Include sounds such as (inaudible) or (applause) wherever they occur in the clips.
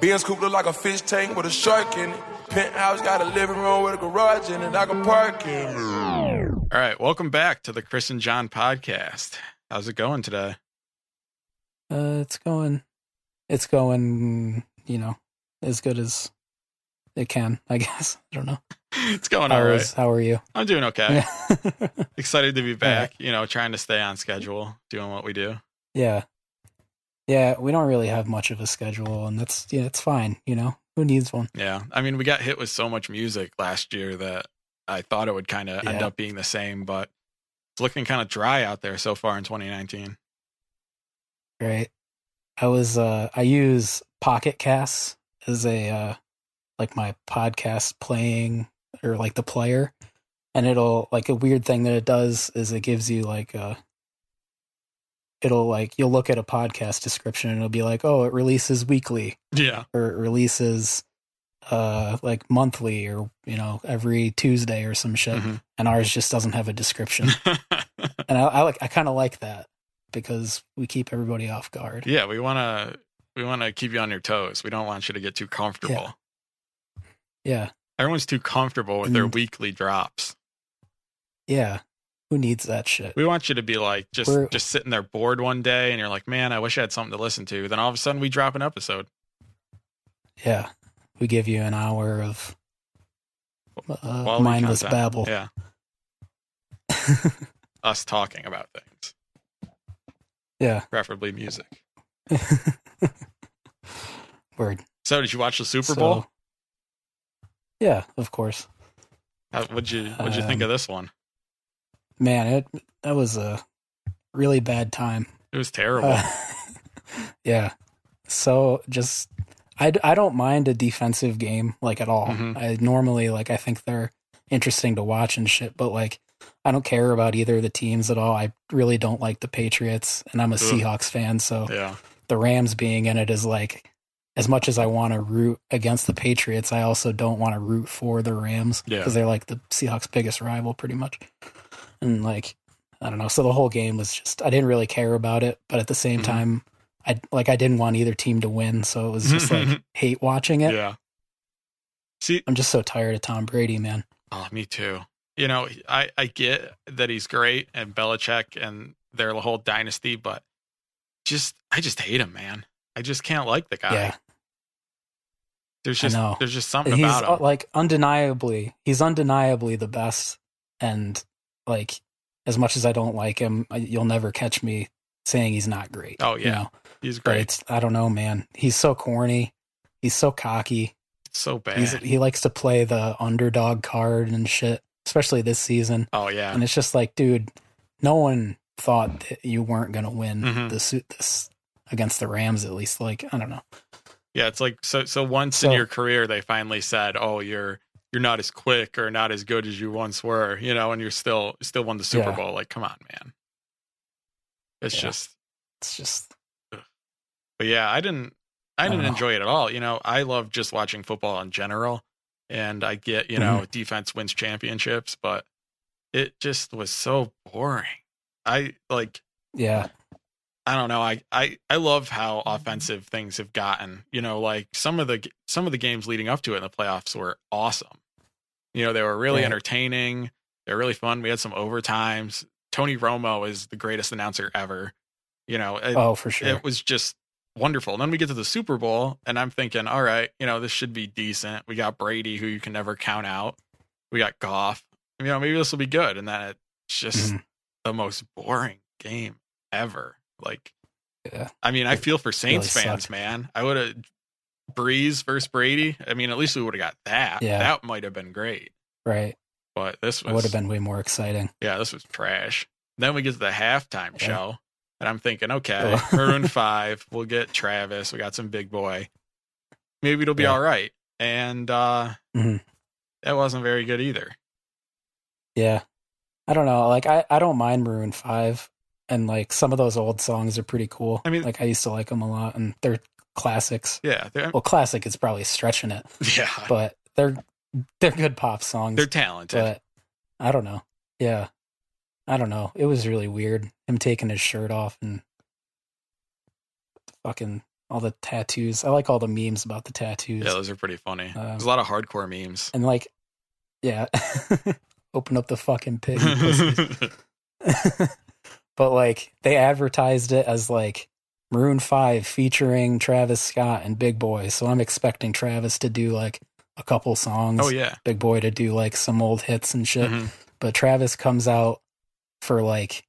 Benz coupe look like a fish tank with a shark in it. Penthouse got a living room with a garage in it. I can park in it. All right, welcome back to the Chris and John podcast. How's it going today? (laughs) Uh, it's going, it's going. You know, as good as it can. I (laughs) guess. I don't know. It's going How all right. is- how are you? I'm doing okay. Yeah. Excited to be back. You know, trying to stay on schedule, doing what we do. (laughs) yeah. Yeah, we don't really have much of a schedule, and that's yeah, it's fine. You know, who needs one? Yeah, I mean, we got hit with so much music last year that I thought it would kind of end Yeah. up being the same, but it's looking kind of dry out there so far in 2019. right? I was uh I use Pocket Casts as a uh like my podcast playing or like the player and it'll like a weird thing that it does is it gives you like a it'll like you'll look at a podcast description and it'll be like oh it releases weekly (laughs) Yeah, or it releases uh like monthly or you know every Tuesday or some shit Mhm. and ours just doesn't have a (laughs) description and I, I like I kind of like that because we keep everybody off guard yeah. We want to we want to keep you on your toes. We don't want you to get too comfortable. Yeah, Everyone's too comfortable with their And- weekly drops. yeah. Who needs that shit? We want you to be like just We're- just sitting there bored one day, and you're like, man, I wish I had something to listen to. Then all of a sudden, we drop an episode. Yeah, we give you an hour of uh, Quality mindless content. babble. (laughs) Yeah, us talking about things, Yeah. preferably music. (laughs) word. So, did you watch the Super Bowl? So- yeah, of course. How, what'd you What'd you think Um, of this one? Man, it that was a really bad time. It was terrible. Uh, (laughs) yeah. So just I, I don't mind a defensive game like at all. Mhm. I normally like I think they're interesting to watch and shit, but like I don't care about either of the teams at all. I really don't like the Patriots and I'm a Seahawks fan, so yeah, the Rams being in it is like as much as I want to root against the Patriots, I also don't want to root for the Rams Yeah. because they're like the Seahawks' biggest rival, pretty much. And like, I don't know. So the whole game was just I didn't really care about it, but at the same Mhm. time, I like I didn't want either team to win, so it was (laughs) just like hate watching it. yeah. See, I'm just so tired of Tom Brady, man. oh, me too. You know, I I get that he's great and Belichick and their whole dynasty, but just I just hate him, man. I just can't like the guy. yeah, There's I just know. there's just something he's about him. uh, like undeniably he's undeniably the best, and like as much as I don't like him, I, you'll never catch me saying he's not great. Oh, yeah. you know? he's But great. it's I don't know, man. He's so corny. He's so cocky. It's so bad. He's he likes to play the underdog card and shit, especially this season. oh yeah. And it's just like, dude, no one thought that you weren't gonna win Mhm. this this against the Rams at least. Like I don't know. Yeah, it's like so so once in So- your career they finally said, "Oh, you're you're not as quick or not as good as you once were," you know, and you're still still won the Super Yeah. Bowl. Like, come on, man. It's Yeah. just It's just but yeah, I didn't I I don't didn't know. enjoy it at all. You know, I love just watching football in general and I get, you Mm-hmm. know, defense wins championships, but it just was so boring. I like yeah, I don't know. I, I I love how offensive things have gotten. You know, like some of the some of the games leading up to it in the playoffs were awesome. You know, they were really Right. entertaining. They were really fun. We had some overtimes. Tony Romo is the greatest announcer ever. You know, uh, it, oh for sure. it was just wonderful. And then we get to the Super Bowl, and I'm thinking, all right, you know, this should be decent. We got Brady, who you can never count out. We got Goff. You know, maybe this will be good. And then it's just Mhm. the most boring game ever. Like, Yeah. I mean, I feel for Saints really fans, sucked. man. I would have Breeze versus Brady. I mean, at least we would have got that. Yeah. That might have been great. right. But this It would was have been way more exciting. yeah, this was trash. Then we get to the halftime Yeah. show, and I'm thinking, okay, Oh. (laughs) Maroon Five, we'll get Travis, we got some big boy, maybe it'll be Yeah. all right. And uh Mhm. that wasn't very good either. Yeah. I don't know. Like I, I don't mind Maroon Five, and like some of those old songs are pretty cool. I mean- like I used to like them a lot, and they're classics. Yeah, they're Well, classic is probably stretching it, (laughs) yeah, but they're they're good pop songs. they're talented. but I don't know. Yeah, I don't know. It was really weird. Him taking his shirt off and fucking all the tattoos. I like all the memes about the tattoos. Yeah, those are pretty funny. Um, There's a lot of hardcore memes. and like, yeah, (laughs) open up the fucking (laughs) pit. you pussies. but like, they advertised it as like Maroon Five featuring Travis Scott and Big Boy. So I'm expecting Travis to do like a couple songs. oh yeah. Big Boy to do like some old hits and shit. Mhm. But Travis comes out for like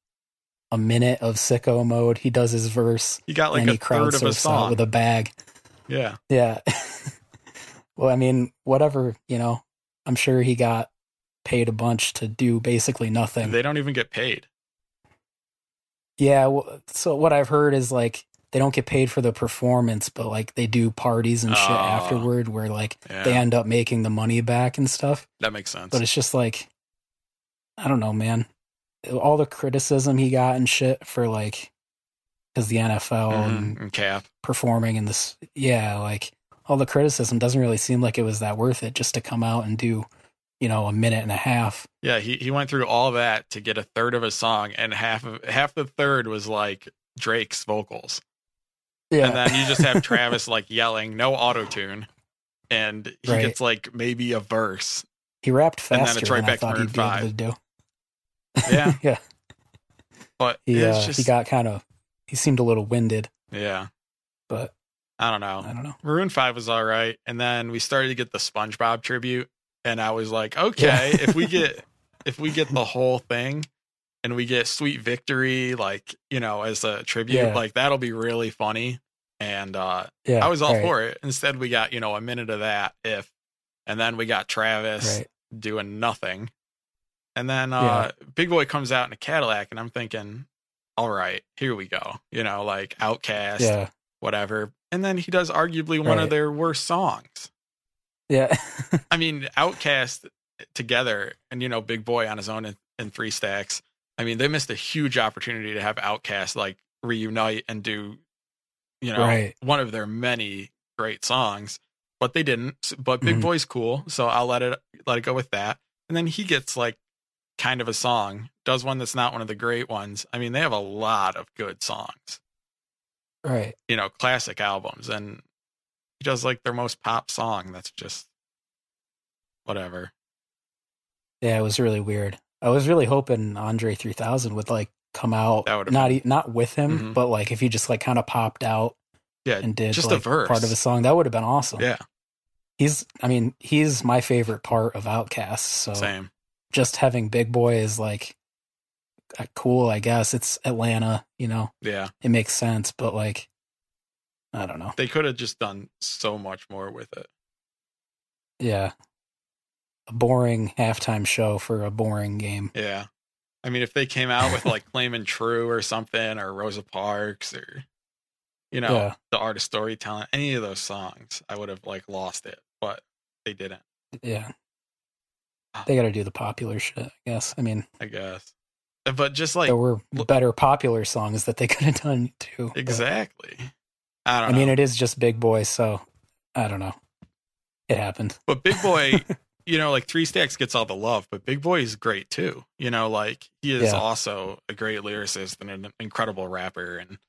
a minute of sicko mode. He does his verse You got like and a he crowd third of a surfs out song. with a bag. yeah. Yeah. (laughs) well, I mean, whatever, you know, I'm sure he got paid a bunch to do basically nothing. And they don't even get paid. yeah. Well, so what I've heard is like they don't get paid for the performance, but like they do parties and shit Oh. afterward where like Yeah. they end up making the money back and stuff. That makes sense. But it's just like, I don't know, man. All the criticism he got and shit for like, because the NFL Mhm. and And cap. performing in this, yeah, like all the criticism doesn't really seem like it was that worth it just to come out and do, you know, a minute and a half. Yeah, he, he went through all that to get a third of a song and half of half the third was like Drake's vocals. Yeah. And then you just (laughs) have Travis like yelling, no auto tune. And he Right. gets like maybe a (laughs) verse. he rapped and then faster it's right than back to I thought he'd be Maroon able to do. Yeah. Yeah. But He, it's uh, just he got kind of, he seemed a little winded, Yeah. but I don't know. I don't know. Maroon Five was all right, and then we started to get the SpongeBob tribute, and I was like, okay, Yeah. if we (laughs) get if we get the whole thing, and we get Sweet Victory, like you know, as a tribute, Yeah. like that'll be really funny. And uh, Yeah. I was all right, for it. Instead, we got you know a minute of that if, and then we got Travis Right. doing nothing, and then uh, Big Boy comes out in a Cadillac, and I'm thinking, all right, here we go, you know, like Outcast, Yeah. whatever. And then he does arguably one of Right. their worst songs. Yeah. (laughs) I mean, Outcast together and you know Big Boy on his own in, in Three Stacks. I mean, they missed a huge opportunity to have Outcast like reunite and do, you know, Right. one of their many great songs, but they didn't. S- But Big Mhm. Boy's cool, so I'll let it let it go with that. And then he gets like kind of a song, does one that's not one of the great ones. I mean, they have a lot of good songs right. you know, classic albums and he does like their most pop song that's just whatever. Yeah, it was really weird. I was really hoping Andre 3000 would like come out That would've not e not with him, Mhm. but like if he just like kind of popped out Yeah, and did just a like, verse. part of a song, that would have been awesome. Yeah, He's I mean, he's my favorite part of Outkast, so same. just having Big Boy is like uh, cool, I guess. It's Atlanta, you know. Yeah. It makes sense, but like I don't know. They could have just done so much more with it. Yeah. A boring halftime show for a boring game. Yeah. I mean, if they came out with (laughs) like Claiming True or something or Rosa Parks or, you know, Yeah. The Art of Storytelling, any of those songs, I would have like lost it, but they didn't, Yeah. They got to do the popular shit, I guess. I mean, I guess. But just like, there were look- better popular songs that they (laughs) could have done too. but- exactly. I I, don't know. mean, it is just Big Boy, so I don't know. It happened. But Big (laughs) Boy, you know, like Three Stacks gets all the love, but Big Boy is great too. You know, like he is Yeah. also a great lyricist and an incredible rapper and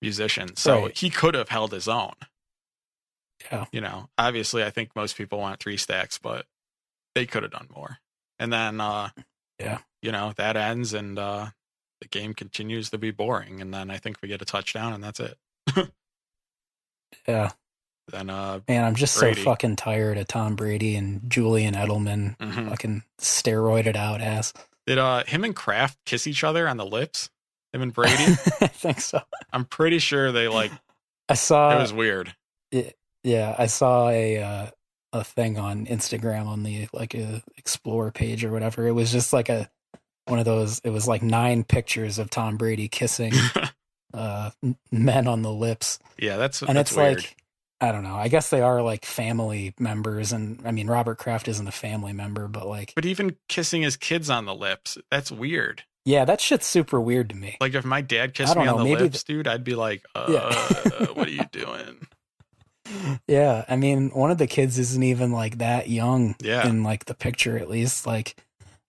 musician. So Right. he could have held his own. Yeah. You know, obviously, I think most people want Three Stacks, but they could have done more. And then, uh, Yeah. you know, that ends and, uh, the game continues to be boring. And then I think we get a touchdown and that's it. (laughs) Yeah, Then, uh, man, I'm just Brady. so fucking tired of Tom Brady and Julian Edelman mhm. fucking steroided out ass. (laughs) did, uh, him and Kraft kiss each other on the lips? Him and (laughs) Brady? I think so. I'm pretty sure they like it I saw. was weird. (laughs) yeah, I saw a uh, a thing on Instagram on the like a Explore page or whatever. It was just like a one of those. It was like nine pictures of Tom (laughs) Brady kissing uh, m- men on the lips. yeah, that's and that's it's weird. like I don't know. I guess they are like family members, and I mean Robert Kraft isn't a family member, but like but even kissing his kids on the lips, that's weird. yeah, that shit's super weird to me. Like if my dad I kissed don't me on know, the maybe lips, dude, I'd be like, uh, (laughs) Yeah. "What are you doing?" yeah, I mean one of the kids isn't even like that young (laughs) Yeah, in like the picture at least. Like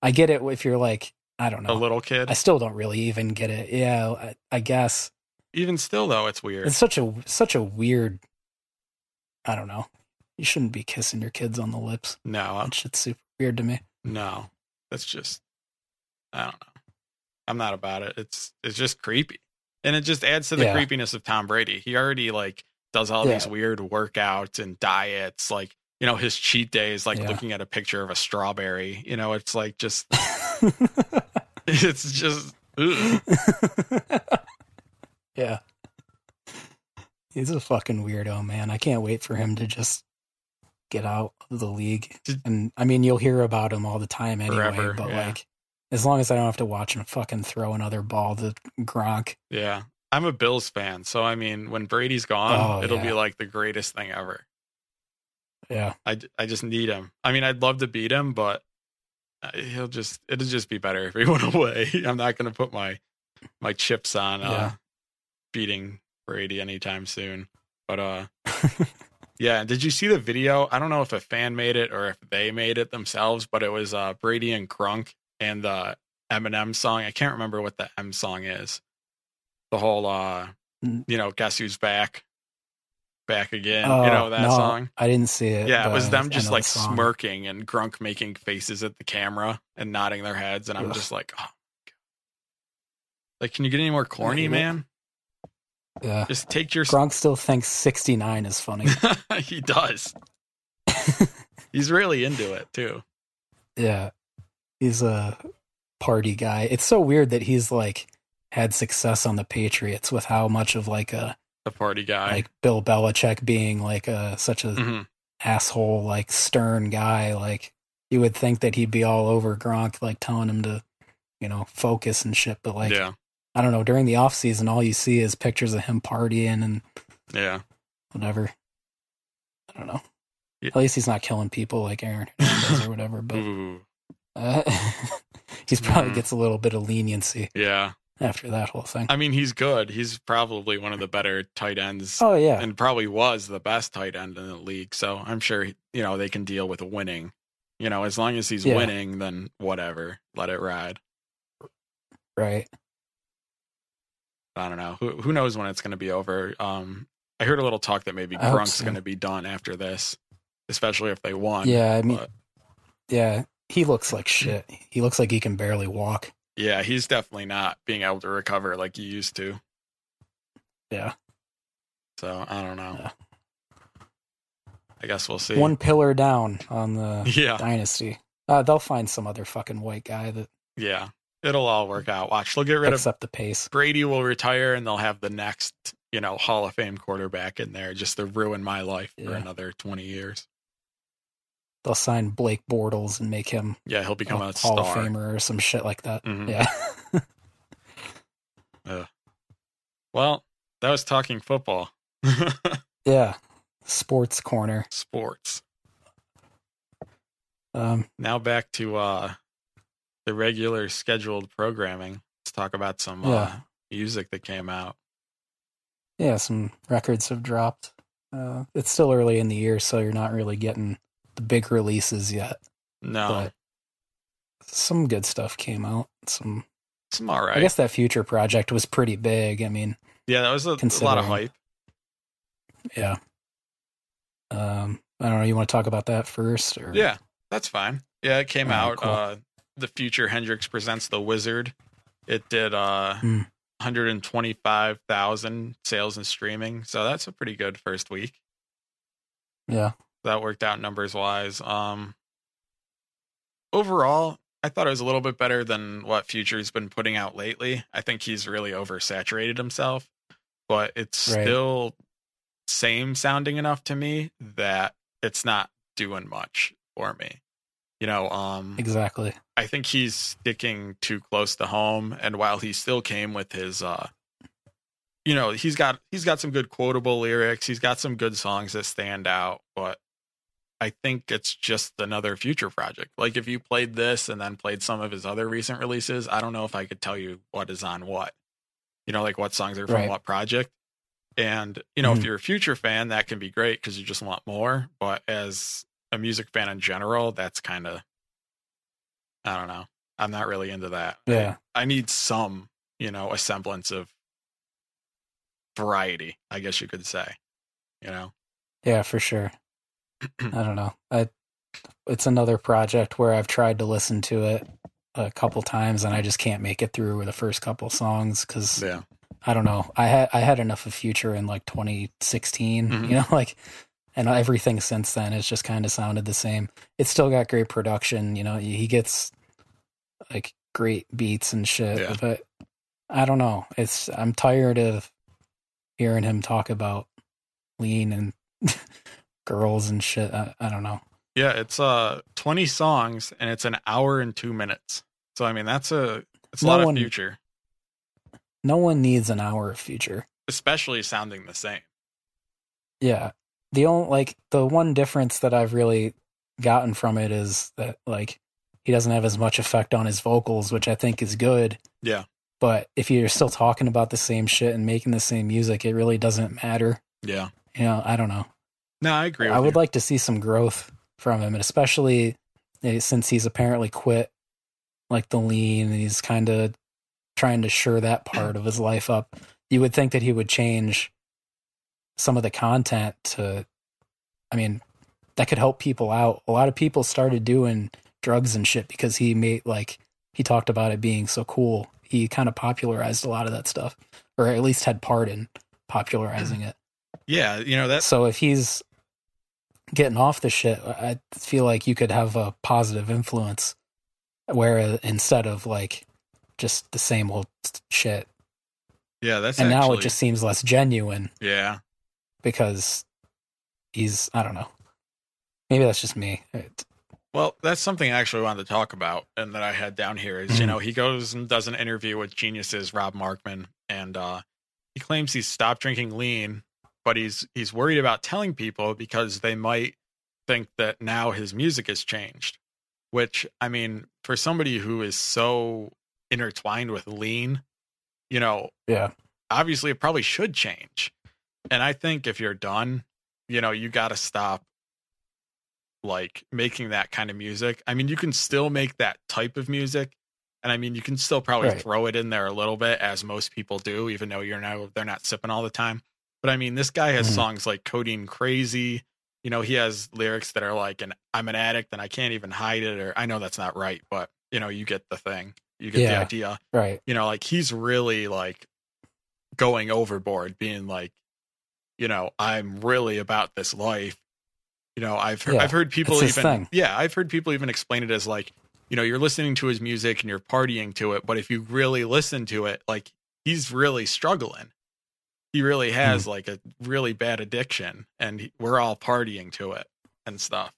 I get it if you're like I don't a know. little kid. I still don't really even get it. Yeah, I, I guess. Even still, though, it's weird. It's such a such a weird. I don't know. You shouldn't be kissing your kids on the lips. no, That shit's super weird (laughs) to me. (laughs) no, that's just. I don't know. I'm not about it. It's it's just creepy, and it just adds to the Yeah. creepiness of Tom Brady. He already like does all Yeah. these weird workouts and diets, like. You know, his cheat day is like Yeah. looking at a picture of a strawberry. You know, it's like just, (laughs) it's (laughs) just, ugh. yeah. He's a fucking weirdo, man. I can't wait for him to just get out of the league. Did- And I mean, you'll hear about him all the time anyway, Forever, but yeah. like as long as I don't have to watch him fucking throw another ball to Gronk. Yeah. I'm a Bills fan, so I mean, when Brady's gone, Oh, it'll be yeah. like the greatest thing ever. Yeah. (laughs) I, d- I just need him. I mean, I'd love to beat him, but uh, he'll just it'll just be better if he (laughs) went away. I'm not going to put my my chips on uh, Yeah. beating Brady anytime soon. But uh yeah, did you see the video? I don't know if a fan made it or if they made it themselves, but it was uh Brady and Grunk and the Eminem song. I can't remember what the M song is. The whole uh Mm. you know, guess who's back back again. Oh, you know that no, song? I didn't see it. Yeah, it but was I- I them just know the like song. smirking and Grunk making faces at the camera and nodding their heads, and I'm Ugh. just like, oh, my God. like, can you get any more corny, Yeah. (laughs) man? Yeah. Just take your. Gronk still thinks 69 is funny. (laughs) he (laughs) does. He's really into it too. Yeah. He's a party guy. It's so weird that he's like had success on the Patriots with how much of like a The party guy. like Bill Belichick being like a such a Mhm. asshole like stern guy like you would think that he'd be all over Gronk like telling him to you know focus and shit but like yeah, I don't know during the off season all you see is pictures of him partying and yeah. whatever. I don't know. Yeah. At least he's not killing people like Aaron Hernandez or whatever, (laughs) but Ooh, Uh, (laughs) he's probably Mhm. gets a little bit of leniency yeah. after that whole thing. I mean, he's good. He's probably one of the better tight ends, oh yeah, and probably was the best tight end in the league. So I'm sure he- you know they can deal with winning. You know, as long as he's Yeah. winning, then whatever, let it ride. right. I don't know. Who who knows when it's going to be over? Um, I heard a little talk that maybe I hope Grunk's so. going to be done after this, especially if they won. Yeah, I mean, but- yeah, he looks Mm. like shit. He looks like he can barely walk. yeah, he's definitely not being able to recover like he used to. Yeah. So I don't know. Yeah. I guess we'll see. One pillar down on the (laughs) yeah, dynasty. Uh, they'll find some other fucking white guy that yeah, it'll all work out. Watch, they'll get rid of picks up the pace. Brady. Will retire, and they'll have the next, you know, Hall of Fame quarterback in there just to ruin my life for Yeah. another twenty years. They'll sign Blake Bortles and make him Yeah, he'll become a a Oh, Hall of star. Famer or some shit like that. Mhm. Yeah, (laughs) Well, that was talking football. (laughs) yeah. Sports corner. sports. Um, Now back to uh the regular scheduled programming. Let's talk about some uh, Yeah. music that came out. yeah, some records have dropped. Uh, it's still early in the year, so you're not really getting the big releases yet. No, but some good stuff came out. Some, some all right. I guess that future project was pretty big. I mean, yeah, that was a, a lot of considering- hype. yeah. Um, I don't know. You want to talk about that first, or Yeah, that's fine. Yeah, it came All right, out. cool. Uh, the future Hendrix presents the Wizard. It did uh, Hmm. 125,000 sales and streaming, so that's a pretty good first week. yeah, that worked out numbers wise. Um, overall, I thought it was a little bit better than what Future's been putting out lately. I think he's really oversaturated himself, but it's Right. still same sounding enough to me that it's not doing much for me. You know, um, exactly. I think he's sticking too close to home. And while he still came with his, uh, you know, he's got he's got some good quotable lyrics. He's got some good songs that stand out. But I think it's just another future project. Like if you played this and then played some of his other recent releases, I don't know if I could tell you what is on what. You know, like what songs are from Right. what project. And you know, if you're a future fan, that can be great because you just want more. But as a music fan in general, that's kind of I don't know. I'm not really into that. Yeah, I need some, you know, a semblance of variety, I guess you could say. You know? Yeah, (clears throat) for sure. I don't know. I it's another project where I've tried to listen to it a couple times and I just can't make it through the first couple songs cuz Yeah. I don't know. I had I had enough of Future in like 2016, Mhm. you know, (laughs) like and everything since then has just kind of sounded the same. It's still got great production, you know. He gets like great beats and shit, Yeah. but I don't know. It's I'm tired of hearing him talk about lean and (laughs) girls and shit. I, I don't know. Yeah, it's uh 20 songs and it's an hour and 2 minutes. So I mean, that's a it's a No lot one- of future, No one needs an hour of future. especially sounding the same. Yeah. The only like the one difference that I've really gotten from it is that like he doesn't have as much effect on his vocals, which I think is good. Yeah. But if you're still talking about the same shit and making the same music, it really doesn't matter. Yeah. You know, I don't know. No, I agree with I would you. like to see some growth from him, and especially eh, since he's apparently quit like the lean and he's kind of trying to sure that part of his life up. You would think that he would change some of the content to, I mean, that could help people out. A lot of people started doing drugs and shit because he made like he talked about it being so cool. He kind of popularized a lot of that stuff, or at least had part in popularizing it. yeah, you know that So if he's getting off the shit, I feel like you could have a positive influence where instead of like just the same old shit. yeah, that's and now actually, it just seems less genuine yeah. because he's I don't know. Maybe that's just me. It- Well, that's something I actually wanted to talk about and that I had down here is, you Mhm. know, he goes and does an interview with geniuses Rob Markman and uh he claims he's stopped drinking lean, but he's he's worried about telling people because they might think that now his music has changed. Which I mean, for somebody who is so intertwined with lean, you know, yeah. obviously it probably should change. And I think if you're done, you know, you got to stop like making that kind of music. I mean, you can still make that type of music. And I mean, you can still probably Right. throw it in there a little bit as most people do, even though you're now they're not sipping all the time. But I mean, this guy has Mhm. songs like Codeine Crazy. You know, he has lyrics that are like, and I'm an addict and I can't even hide it. Or I know that's not right, but you know, you get the thing, you get the Yeah. idea Right. you know like he's really like going overboard being like you know i'm really about this life you know i've heard, Yeah, i've heard people it's his even thing. yeah i've heard people even explain it as like you know you're listening to his music and you're partying to it but if you really listen to it like he's really struggling he really has Hmm. like a really bad addiction and he- we're all partying to it and stuff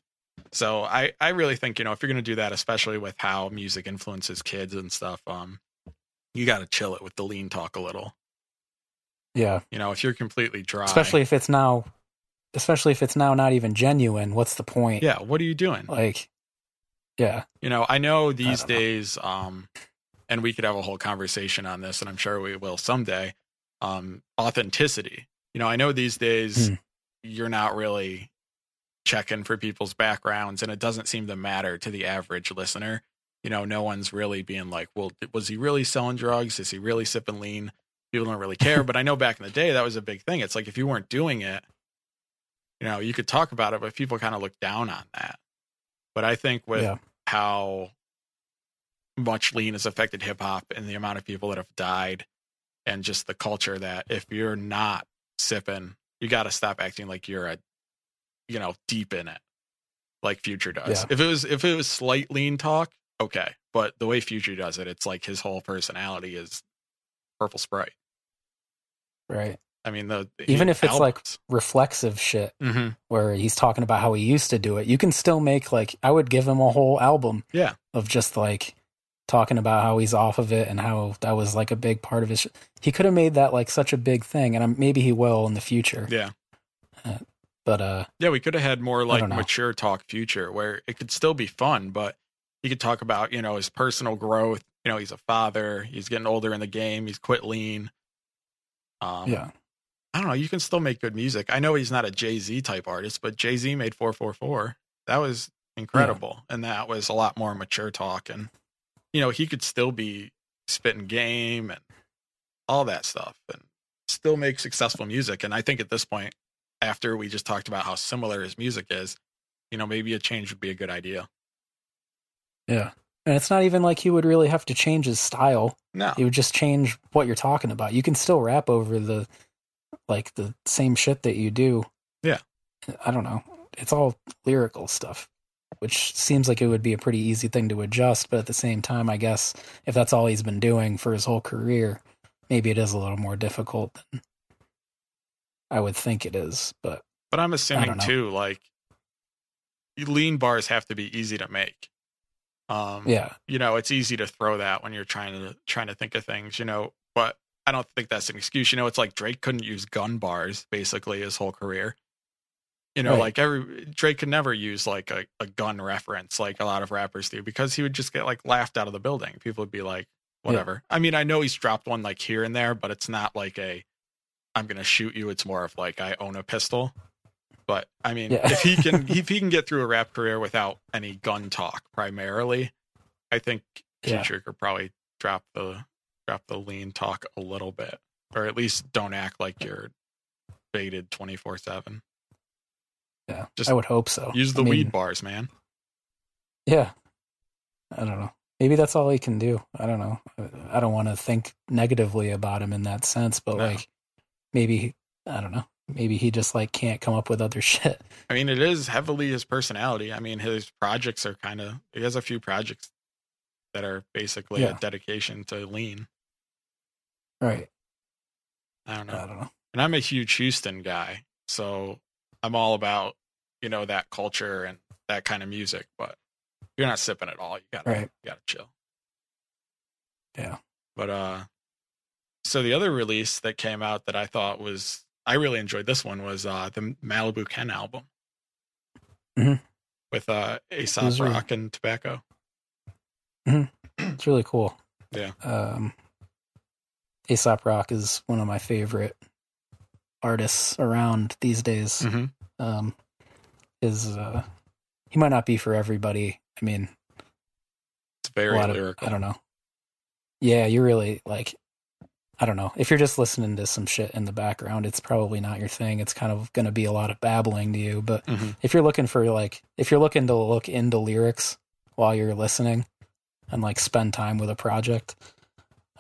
so i i really think you know if you're going to do that especially with how music influences kids and stuff um you got to chill it with the lean talk a little. Yeah. You know, if you're completely dry, Especially if it's now especially if it's now not even genuine, what's the point? yeah, what are you doing? Like yeah. You know, I know these know. days, um, and we could have a whole conversation on this, and I'm sure we will someday. Um, authenticity. You know, I know these days Hmm. you're not really checking for people's backgrounds, and it doesn't seem to matter to the average listener. You know, no one's really being like, "Well, was he really selling drugs? Is he really sipping lean?" People don't really care. but I know back in the day that was a big thing. It's like if you weren't doing it, you know, you could talk about it, but people kind of look down on that. But I think with Yeah. how much lean has affected hip hop and the amount of people that have died and just the culture that if you're not sipping, you got to stop acting like you're a, you know, deep in it like Future does. Yeah. If it was, if it was slight lean talk, okay. But the way Future does it, it's like his whole personality is purple sprite. Right. I mean, the Even if it's like reflexive shit. like, hmm where he's talking about how he used to do it. You can still make like I would give him a whole album Yeah. of just like talking about how he's off of it and how that was like a big part of his sh- he could have made that like such a big thing and I'm, maybe he will in the future. yeah. But uh Yeah, we could have had more like don't know. mature talk future where it could still be fun, but he could talk about, you know, his personal growth. You know, he's a father, he's getting older in the game, he's quit lean. Um, yeah. I don't know, you can still make good music. I know he's not a Jay Z type artist, but Jay Z made 444. That was incredible. And that was a lot more mature talk. And, you know, he could still be spitting game and all that stuff and s- still make successful music. And I think at this point, after we just talked about how similar his music is, you know, maybe a change would be a good idea. Yeah. And it's not even like he would really have to change his style. No. It would just change what you're talking about. You can still rap over the like the same shit that you do. Yeah. I don't know. It's all lyrical stuff, which seems like it would be a pretty easy thing to adjust, but at the same time, I guess if that's all he's been doing for his whole career, maybe it is a little more difficult than I would think it is, but But I'm don't assuming know. too, like lean bars have to be easy to make. Um yeah. you know, it's easy to throw that when you're trying to trying to think of things, you know, but I don't think that's an excuse. You know, it's like Drake couldn't use gun bars basically his whole career. You know, Right. like every Drake could never use like a, a gun reference like a lot of rappers do because he would just get like laughed out of the building. People would be like, Yeah. whatever. I mean, I know he's dropped one like here and there, but it's not like a I'm gonna shoot you. It's more of like I own a pistol. But I mean, Yeah. if he can (laughs) if he can get through a rap career without any gun talk primarily, I think Yeah. Future could probably drop the drop the lean talk a little bit, or at least don't act like you're baited twenty four seven. Yeah. Just I would hope so. Use the Oh, I mean, weed bars, man. Yeah. I don't know. Maybe that's all he can do. I don't know. I- I don't want to think negatively about him in that sense, but No. like maybe I don't know. Maybe he just like can't come up with other (laughs) shit. I mean, it is heavily his personality. I mean, his projects are kind of he has a few projects that are basically a Yeah. dedication to lean. Right. I don't know. I don't know. and I'm a huge Houston guy, so I'm all about you know that culture and that kind of music. But if you're not sipping at all. You gotta Right. you gotta chill. Yeah. But uh, so the other release that came out that I thought was I really enjoyed this one was uh the Malibu Ken album Mhm. with uh Aesop Those were- Rock and Tobacco. It's really cool. (clears throat) Yeah. Um Aesop Rock is one of my favorite artists around these days. Mm-hmm. um, is uh, he might not be for everybody. I mean, It's a very lot of, lyrical. I don't know. Yeah, you're really like, I don't know. If you're just listening to some shit in the background, it's probably not your thing. It's kind of going to be a lot of babbling to you. But Mhm. if you're looking for like, if you're looking to look into lyrics while you're listening and like spend time with a project,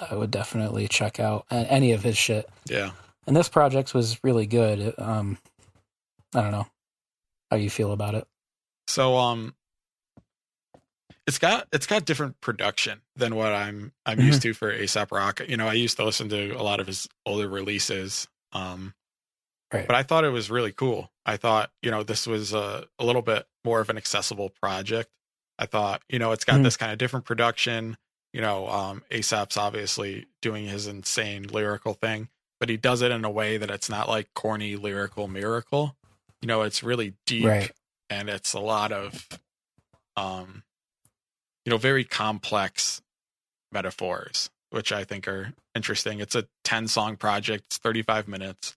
I would definitely check out a- any of his shit Yeah. and this project was really good. It, Um, I don't know how you feel about it. So um it's got it's got different production than what I'm I'm Mhm. used to for Aesop Rock. You know, I used to listen to a lot of his older releases. Um Right. but I thought it was really cool. I thought, you know, this was a, a little bit more of an accessible project. I thought, you know, it's got Mhm. this kind of different production. You know, um Aesop's obviously doing his insane lyrical thing, but he does it in a way that it's not like corny lyrical miracle. You know, it's really deep Right. and it's a lot of um you know very complex metaphors which i think are interesting it's a 10 song project it's 35 minutes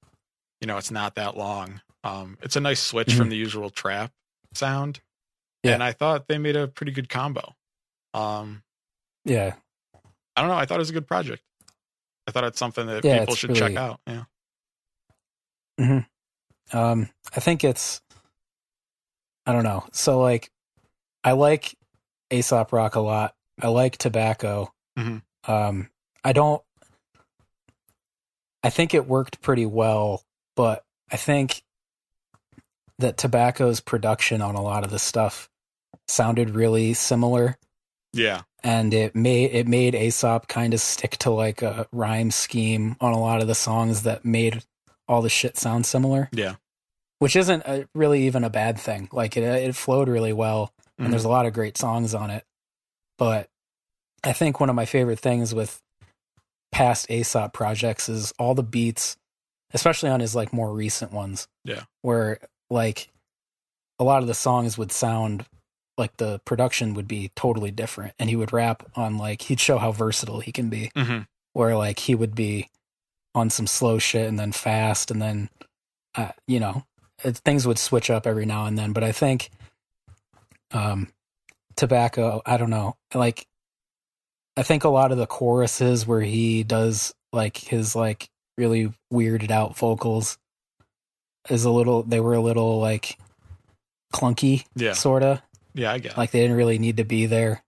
you know it's not that long um it's a nice switch from the usual trap sound Mm-hmm. Yeah. and i thought they made a pretty good combo um Yeah, i don't know i thought it was a good project i thought it's something that Yeah, people it's should really- check out yeah um, I think it's. I don't know. So like, I like Aesop Rock a lot. I like Tobacco. Mhm. Um, I don't. I think it worked pretty well, but I think that Tobacco's production on a lot of the stuff sounded really similar yeah and it made it made Aesop kind of stick to like a rhyme scheme on a lot of the songs that made all the shit sound similar, yeah which isn't a, really even a bad thing. Like it it flowed really well, Mhm. and there's a lot of great songs on it. But I think one of my favorite things with past Aesop projects is all the beats, especially on his like more recent ones. Yeah. Where like a lot of the songs would sound like the production would be totally different and he would rap on like he'd show how versatile he can be hmm where like he would be on some slow shit and then fast and then uh, you know it, things would switch up every now and then but i think um tobacco i don't know like i think a lot of the choruses where he does like his like really weirded out vocals is a little they were a little like clunky Yeah. sorta Yeah, I get. it. like they didn't really need to be there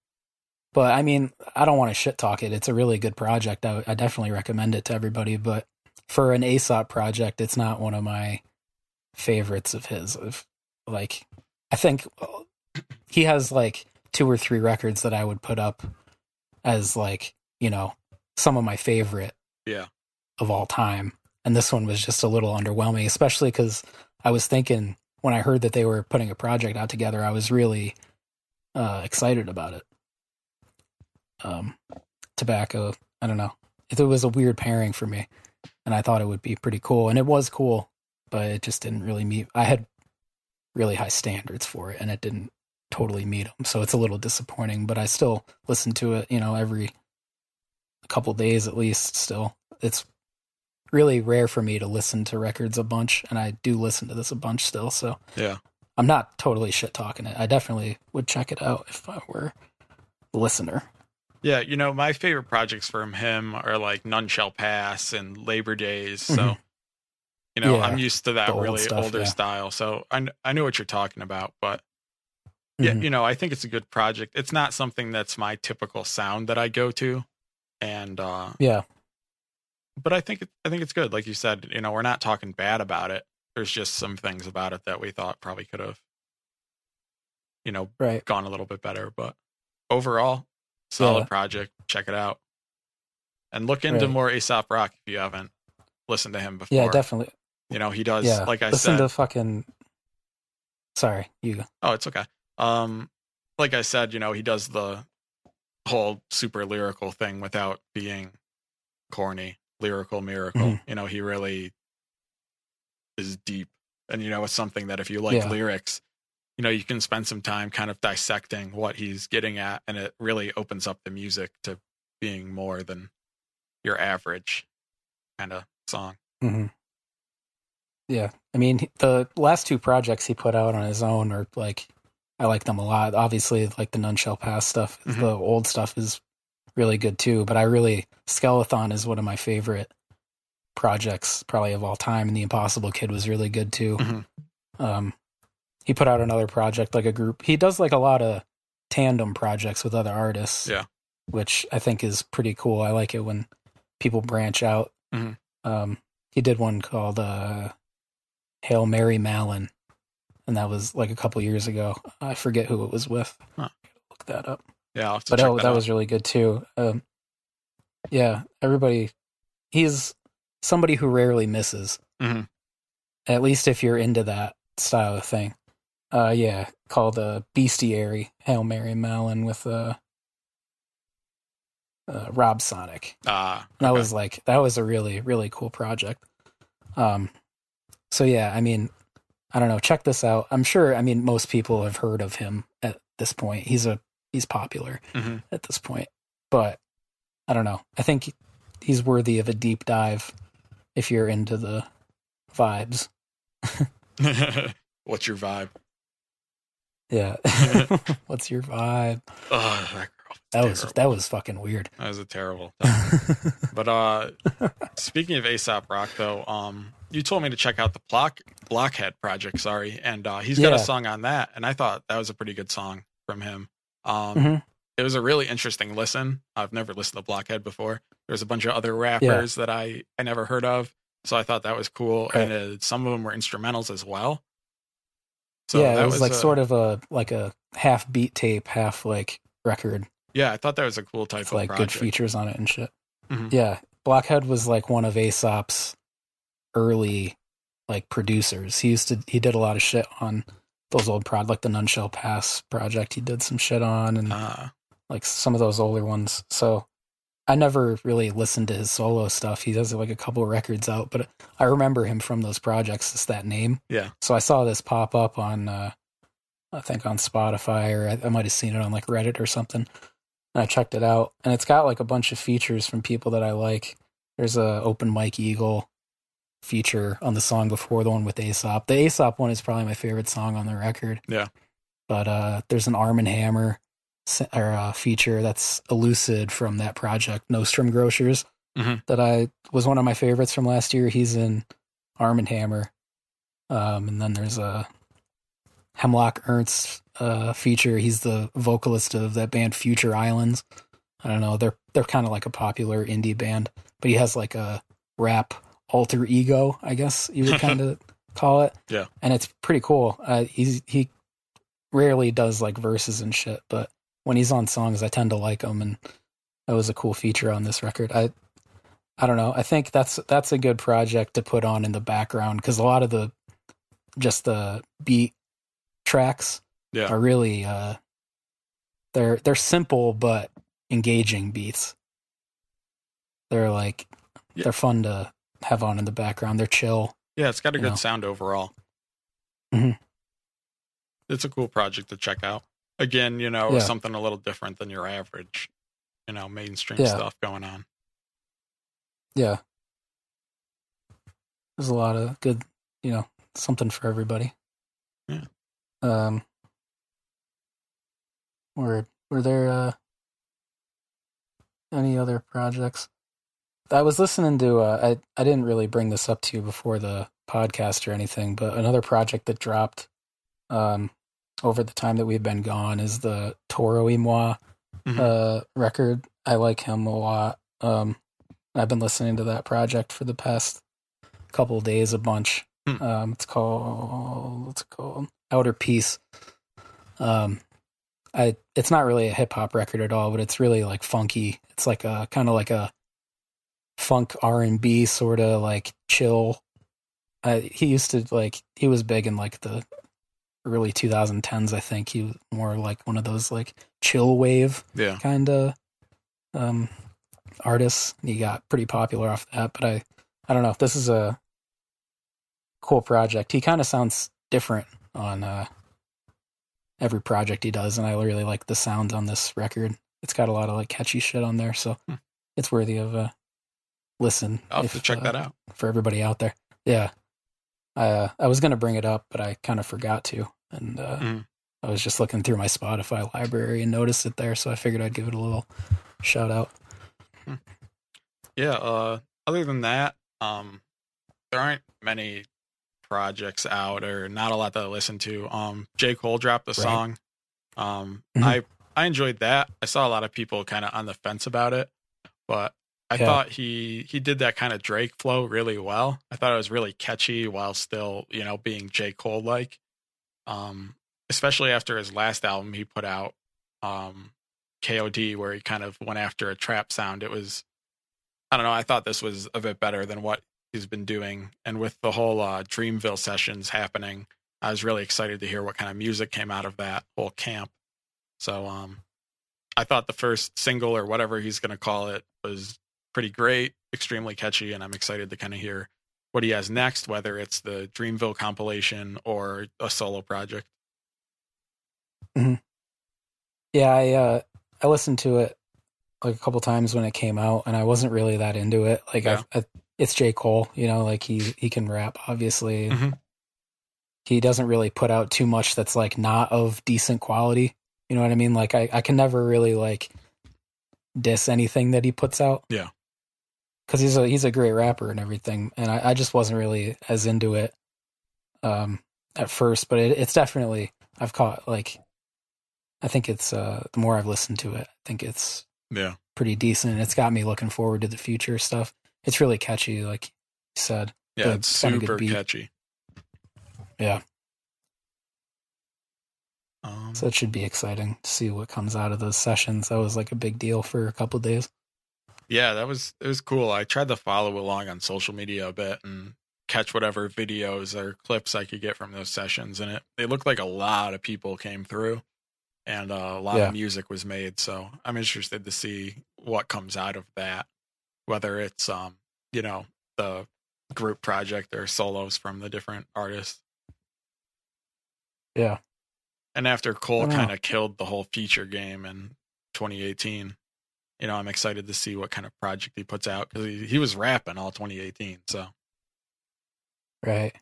but i mean i don't want to shit talk it it's a really good project I, I definitely recommend it to everybody but for an aesop project it's not one of my favorites of his of like i think (clears throat) uh, he has like two or three records that i would put up as like you know some of my favorite Yeah. of all time and this one was just a little underwhelming especially because i was thinking when i heard that they were putting a project out together i was really uh excited about it um tobacco i don't know it was a weird pairing for me and i thought it would be pretty cool and it was cool but it just didn't really meet i had really high standards for it and it didn't totally meet them so it's a little disappointing but i still listen to it you know every couple days at least still it's really rare for me to listen to records a bunch and i do listen to this a bunch still so Yeah. i'm not totally shit talking it i definitely would check it out if i were a listener Yeah, you know, my favorite projects from him are like None Shall Pass and Labor Days. So, Mhm. you know, Yeah, I'm used to that the old really stuff, older yeah. style. So I, kn- I know what you're talking about, but yeah, Mhm. you know, I think it's a good project. It's not something that's my typical sound that I go to. And, uh, yeah but I think, it, I think it's good. Like you said, you know, we're not talking bad about it. There's just some things about it that we thought probably could have, you know, right gone a little bit better, but overall, solid Yeah. project. Check it out. And look into Right. more Aesop Rock if you haven't listened to him before. yeah definitely You know, he does yeah like I listen said. to fucking sorry you go. oh, it's okay. Um like I said, you know, he does the whole super lyrical thing without being corny, lyrical miracle. Mm-hmm. You know, he really is deep. And you know, it's something that if you like Yeah. lyrics, you know, you can spend some time kind of dissecting what he's getting at and it really opens up the music to being more than your average kind of song. hmm Yeah, I mean the last two projects he put out on his own are like I like them a lot. Obviously, like the None Shall Pass stuff, Mhm. the old stuff is really good too. But I really Skeleton is one of my favorite projects probably of all time, and the Impossible Kid was really good too. Mhm. Um, he put out another project like a group. He does like a lot of tandem projects with other artists. Yeah. which I think is pretty cool. I like it when people branch out. Mhm. Um, he did one called uh, Hail Mary Malin, and that was like a couple years ago. I forget who it was with. Huh. Look that up. Yeah, I'll have to but check oh, that that, out. was really good too. Um, yeah, everybody. He's somebody who rarely misses. Mhm. At least if you're into that style of thing. Uh, yeah, called uh, Bestiary Hail Mary Malin with uh, uh, Rob Sonic. Ah, That okay. was like that was a really really cool project. Um, so yeah, I mean, I don't know. Check this out. I'm sure. I mean, most people have heard of him at this point. He's a he's popular Mhm. at this point, but I don't know. I think he's worthy of a deep dive if you're into the vibes. mm-hmm. (laughs) What's your vibe? (laughs) Yeah. (laughs) What's your vibe? Oh, that girl. That was Terrible. that was fucking weird. That was a terrible. time. (laughs) but uh speaking of Aesop Rock though, um you told me to check out the Block Blockhead project, sorry, and uh he's got Yeah. a song on that and I thought that was a pretty good song from him. Um Mhm. it was a really interesting listen. I've never listened to Blockhead before. There's a bunch of other rappers that I I never heard of, so I thought that was cool Right. and uh, some of them were instrumentals as well. (laughs) So (laughs) yeah, that it was, like a- sort of a like a half beat tape, half like record Yeah, I thought that was a cool type with, of like project. good features on it and shit. Mhm. Yeah, Blockhead was like one of Aesop's early like producers. He used to he did a lot of shit on those old prod like the None Shall Pass project. He did some shit on and Uh, like some of those older ones. So I never really listened to his solo stuff. He does like a couple records out, but I remember him from those projects. It's that name. Yeah. So I saw this pop up on, uh, I think on Spotify or I, I might have seen it on like Reddit or something. And I checked it out, and it's got like a bunch of features from people that I like. There's a open mic eagle feature on the song before the one with Aesop. The Aesop one is probably my favorite song on the record. Yeah. But uh, there's an Arm and Hammer s- or uh, feature that's elucid from that project Nostrum Grocers. Mhm. that I was one of my favorites from last year. He's in Arm and Hammer, um, and then there's a Hemlock Ernst uh, feature. He's the vocalist of that band Future Islands. I don't know. They're they're kind of like a popular indie band, but he has like a rap alter ego, I guess you would kind of call it. Yeah. and it's pretty cool. Uh, he's he rarely does like verses and shit, but when he's on songs, I tend to like him, and that was a cool feature on this record. I I don't know. I think that's that's a good project to put on in the background because a lot of the just the beat tracks Yeah. are really uh they're they're simple but engaging beats. They're like Yeah. they're fun to have on in the background. They're chill. Yeah, it's got a You good know. sound overall. Mhm. It's a cool project to check out. Again, you know, Yeah. something a little different than your average, you know, mainstream Yeah. stuff going on. Yeah. There's a lot of good, you know, something for everybody. Yeah. Um were were there uh any other projects? I was listening to uh I, I didn't really bring this up to you before the podcast or anything, but another project that dropped um over the time that we've been gone is the Toro y Moi Mhm. uh record. I like him a lot. Um I've been listening to that project for the past couple days a bunch. Hmm. Um, it's called what's it called Outer Peace. Um, I it's not really a hip hop record at all, but it's really like funky. It's like a kind of like a funk R and B sort of like chill. I, he used to like he was big in like the early 2010s. I think he was more like one of those like chill wave Yeah. kind of um, artists. He got pretty popular off that, but I, I don't know. This is a cool project. He kind of sounds different on uh, every project he does, and I really like the sound on this record. It's got a lot of like catchy shit on there, so Hmm. it's worthy of a listen. I'll have to if, check uh, that out. for everybody out there. Yeah. I uh, I was gonna bring it up, but I kind of forgot to, and uh, Mhm. I was just looking through my Spotify library and noticed it there, so I figured I'd give it a little shout out. Yeah. Uh, other than that, um, there aren't many projects out or not a lot that I listen to. Um, J. Cole dropped the Right. song. Um, Mhm. I, I enjoyed that. I saw a lot of people kind of on the fence about it, but I Yeah. thought he, he did that kind of Drake flow really well. I thought it was really catchy while still, you know, being J. Cole like, um, especially after his last album he put out, um, KOD, where he kind of went after a trap sound. It was, I don't know. I thought this was a bit better than what he's been doing. And with the whole uh, Dreamville sessions happening, I was really excited to hear what kind of music came out of that whole camp. So um, I thought the first single or whatever he's going to call it was pretty great, extremely catchy, and I'm excited to kind of hear what he has next, whether it's the Dreamville compilation or a solo project. Yeah, I uh, I listened to it like a couple times when it came out, and I wasn't really that into it. Like, Yeah. I, I, it's J Cole, you know, like he he can rap, obviously. Mhm. He doesn't really put out too much that's like not of decent quality. You know what I mean? Like, I I can never really like diss anything that he puts out. Yeah. because he's a he's a great rapper and everything, and I, I just wasn't really as into it um at first, but it, it's definitely I've caught like I think it's uh the more I've listened to it, I think it's Yeah. pretty decent. It's got me looking forward to the future stuff. It's really catchy, like you said. Yeah, Good. it's Sounded good super beat. catchy. Yeah. Um, So it should be exciting to see what comes out of those sessions. That was like a big deal for a couple days. Yeah, that was it was cool. I tried to follow along on social media a bit and catch whatever videos or clips I could get from those sessions and it it looked like a lot of people came through and uh, a lot Yeah. of music was made, so I'm interested to see what comes out of that whether it's um, you know, the group project or solos from the different artists. Yeah. And after Cole Wow. kind of killed the whole feature game in 2018, you know, I'm excited to see what kind of project he puts out because he, he was rapping all 2018. So, Right.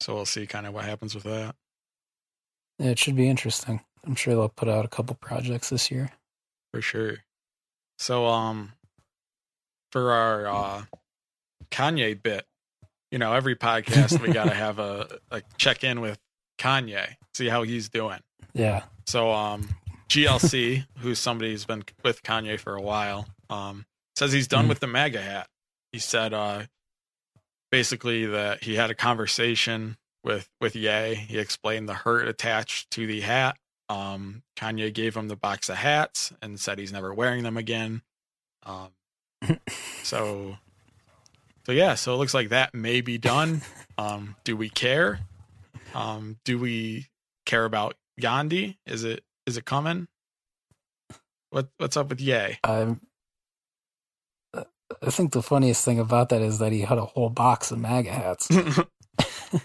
so we'll see kind of what happens with that. Yeah, It should be interesting. I'm sure they'll put out a couple projects this year. for sure. So um for our uh, Kanye bit. You know, every podcast we got to have a, a check in with Kanye, see how he's doing. Yeah. So, um, GLC, who's somebody who's been with Kanye for a while, um, says he's done Mhm. with the MAGA hat. He said uh, basically that he had a conversation with with Ye. He explained the hurt attached to the hat. Um, Kanye gave him the box of hats and said he's never wearing them again. Um, so, so yeah. So it looks like that may be done. Um, do we care? Um, do we care about Gandhi? Is it is it coming? What what's up with (laughs) Yay? I'm, I think the funniest thing about that is that he had a whole box of MAGA hats. Mm-hmm.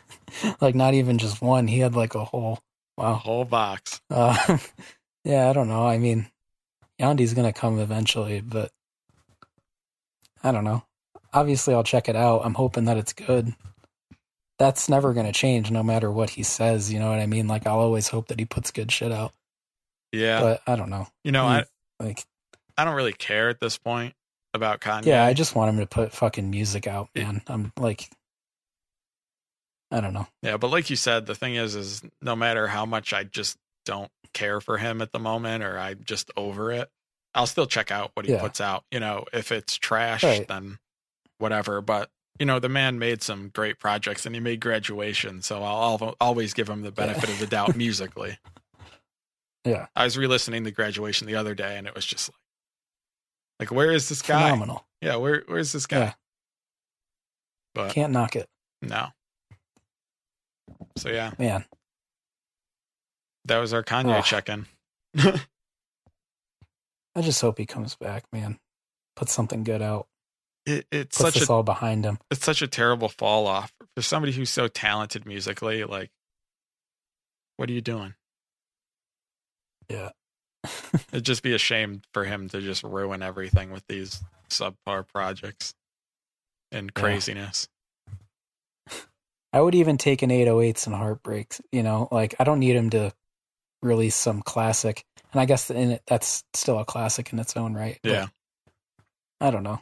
(laughs) like, not even just one. He had like a whole. A Wow. whole box. Uh, (laughs) yeah, I don't know. I mean, Yandi's going to come eventually, but I don't know. Obviously, I'll check it out. I'm hoping that it's good. That's never going to change no matter what he says. You know what I mean? Like, I'll always hope that he puts good shit out, Yeah. but I don't know. Mm, you know, I, Like, I don't really care at this point about Kanye. yeah, I just want him to put fucking music out, Yeah. man. I'm like, I don't know. Yeah, but like you said, the thing is is no matter how much I just don't care for him at the moment or I'm just over it, I'll still check out what he Yeah. puts out. You know, if it's trash Right. then whatever, but you know, the man made some great projects and he made graduation, so I'll, al always give him the benefit of the (laughs) doubt musically. Yeah. I was re-listening to graduation the other day and it was just like like where is this guy? Phenomenal. Yeah, where where's this guy? Yeah. But Can't knock it, no. So yeah, man. that was our Kanye Ugh. check-in. I just hope he comes back, man. Put something good out. It, it's Puts such this a all behind him. it's such a terrible fall off for somebody who's so talented musically. Like, what are you doing? Yeah. (laughs) It'd just be a shame for him to just ruin everything with these subpar projects and Yeah. craziness. I would even take an 808s and heartbreaks. You know, like I don't need him to release some classic. And I guess in it, that's still a classic in its own right. but yeah. I don't know.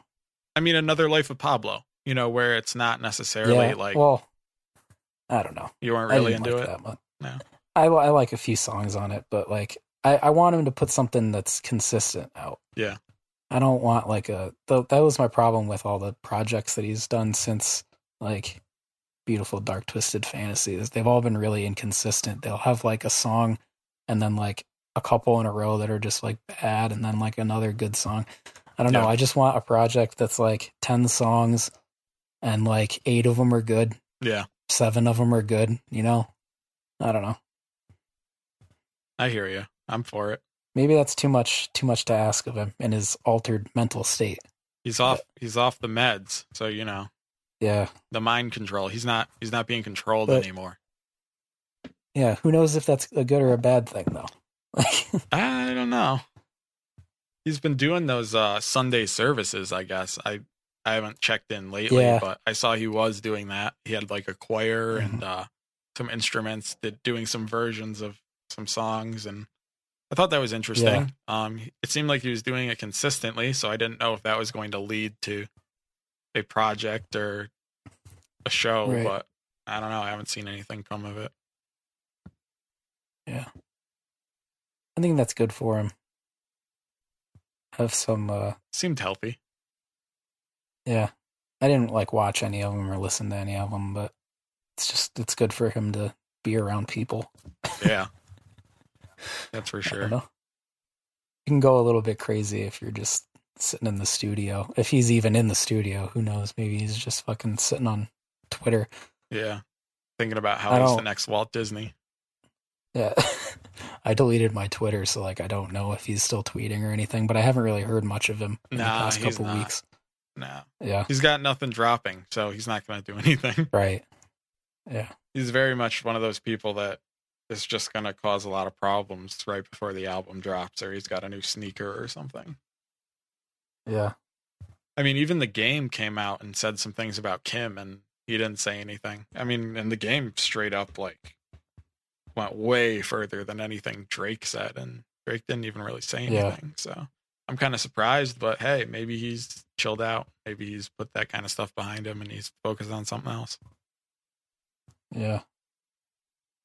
I mean, another life of Pablo. You know, where it's not necessarily Yeah, like well, I don't know. you weren't I really didn't into like it. that much. No. I, li- I like a few songs on it, but like I, I want him to put something that's consistent out. Yeah. I don't want like a th- that was my problem with all the projects that he's done since like beautiful dark twisted fantasies. They've all been really inconsistent. They'll have like a song and then like a couple in a row that are just like bad and then like another good song. I don't Yeah. know. I just want a project that's like 10 songs and like 8 of them are good Yeah. seven of them are good. You know, I don't know. I hear you. I'm for it. Maybe that's too much too much to ask of him in his altered mental state. He's off he's off the meds, so you know, Yeah, the mind control. He's not he's not being controlled But- anymore. yeah. Who knows if that's a good or a bad thing though? (laughs) Like, I don't know. He's been doing those uh Sunday services, I guess. I I haven't checked in lately, Yeah. Mm-hmm. but I saw he was doing that. He had like a choir and uh some instruments that doing some versions of some songs and I thought that was interesting. Um it seemed like he was doing it consistently, so I didn't know if that was going to lead to a project or a show, Right. but I don't know. I haven't seen anything come of it. I think that's good for him. Have some. uh Seemed healthy. Yeah, I didn't like watch any of them or listen to any of them, but it's just it's good for him to be around people. Yeah. That's for (laughs) I don't sure. know. You can go a little bit crazy if you're just sitting in the studio. If he's even in the studio, who knows? Maybe he's just fucking sitting on Twitter. Yeah. Thinking about I how he's the don't- next Walt Disney. Yeah. Uh, (laughs) I deleted my Twitter, so like I don't know if he's still tweeting or anything, but I haven't really heard much of him in the Nah, past he's couple not. weeks. Nah. Yeah. He's got nothing dropping, so he's not gonna do (laughs) anything. Right. Yeah. He's very much one of those people that is just gonna cause a lot of problems right before the album drops or he's got a new sneaker or something. Yeah. I mean, even the game came out and said some things about Kim and he didn't say anything. I mean, and the game straight up like went way further than anything Drake said and Drake didn't even really say Yeah. anything. So I'm kind of surprised, but hey, maybe he's chilled out. Maybe he's put that kind of stuff behind him and he's focused on something else. Yeah.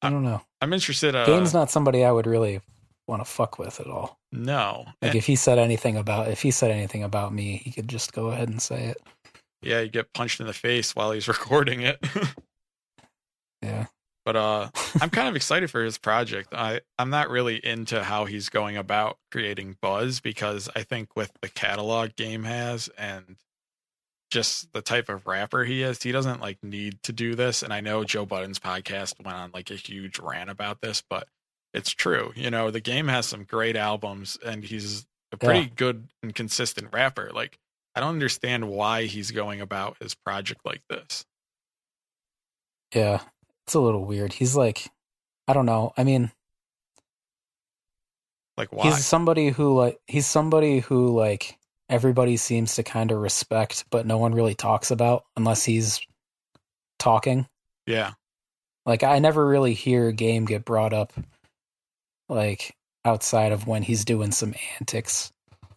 I don't know. I'm interested. Uh, Game's not somebody I would really want to fuck with at all. no, Eh, Like if he said anything about if he said anything about me, he could just go ahead and say it. yeah, you get punched in the face while he's (laughs) recording it. Yeah. but uh, (laughs) I'm kind of excited for his project. I I'm not really into how he's going about creating buzz because I think with the catalog game has and just the type of rapper he is, he doesn't like need to do this. And I know Joe Budden's podcast went on like a huge rant about this, but it's true. You know, the game has some great albums and he's a pretty good and consistent rapper. Like I don't understand why he's going about his project like this. Yeah. It's a little weird. He's like I don't know. I mean, Like why? he's somebody who like he's somebody who like everybody seems to kind of respect but no one really talks about unless he's talking yeah. like i never really hear game get brought up like outside of when he's doing some antics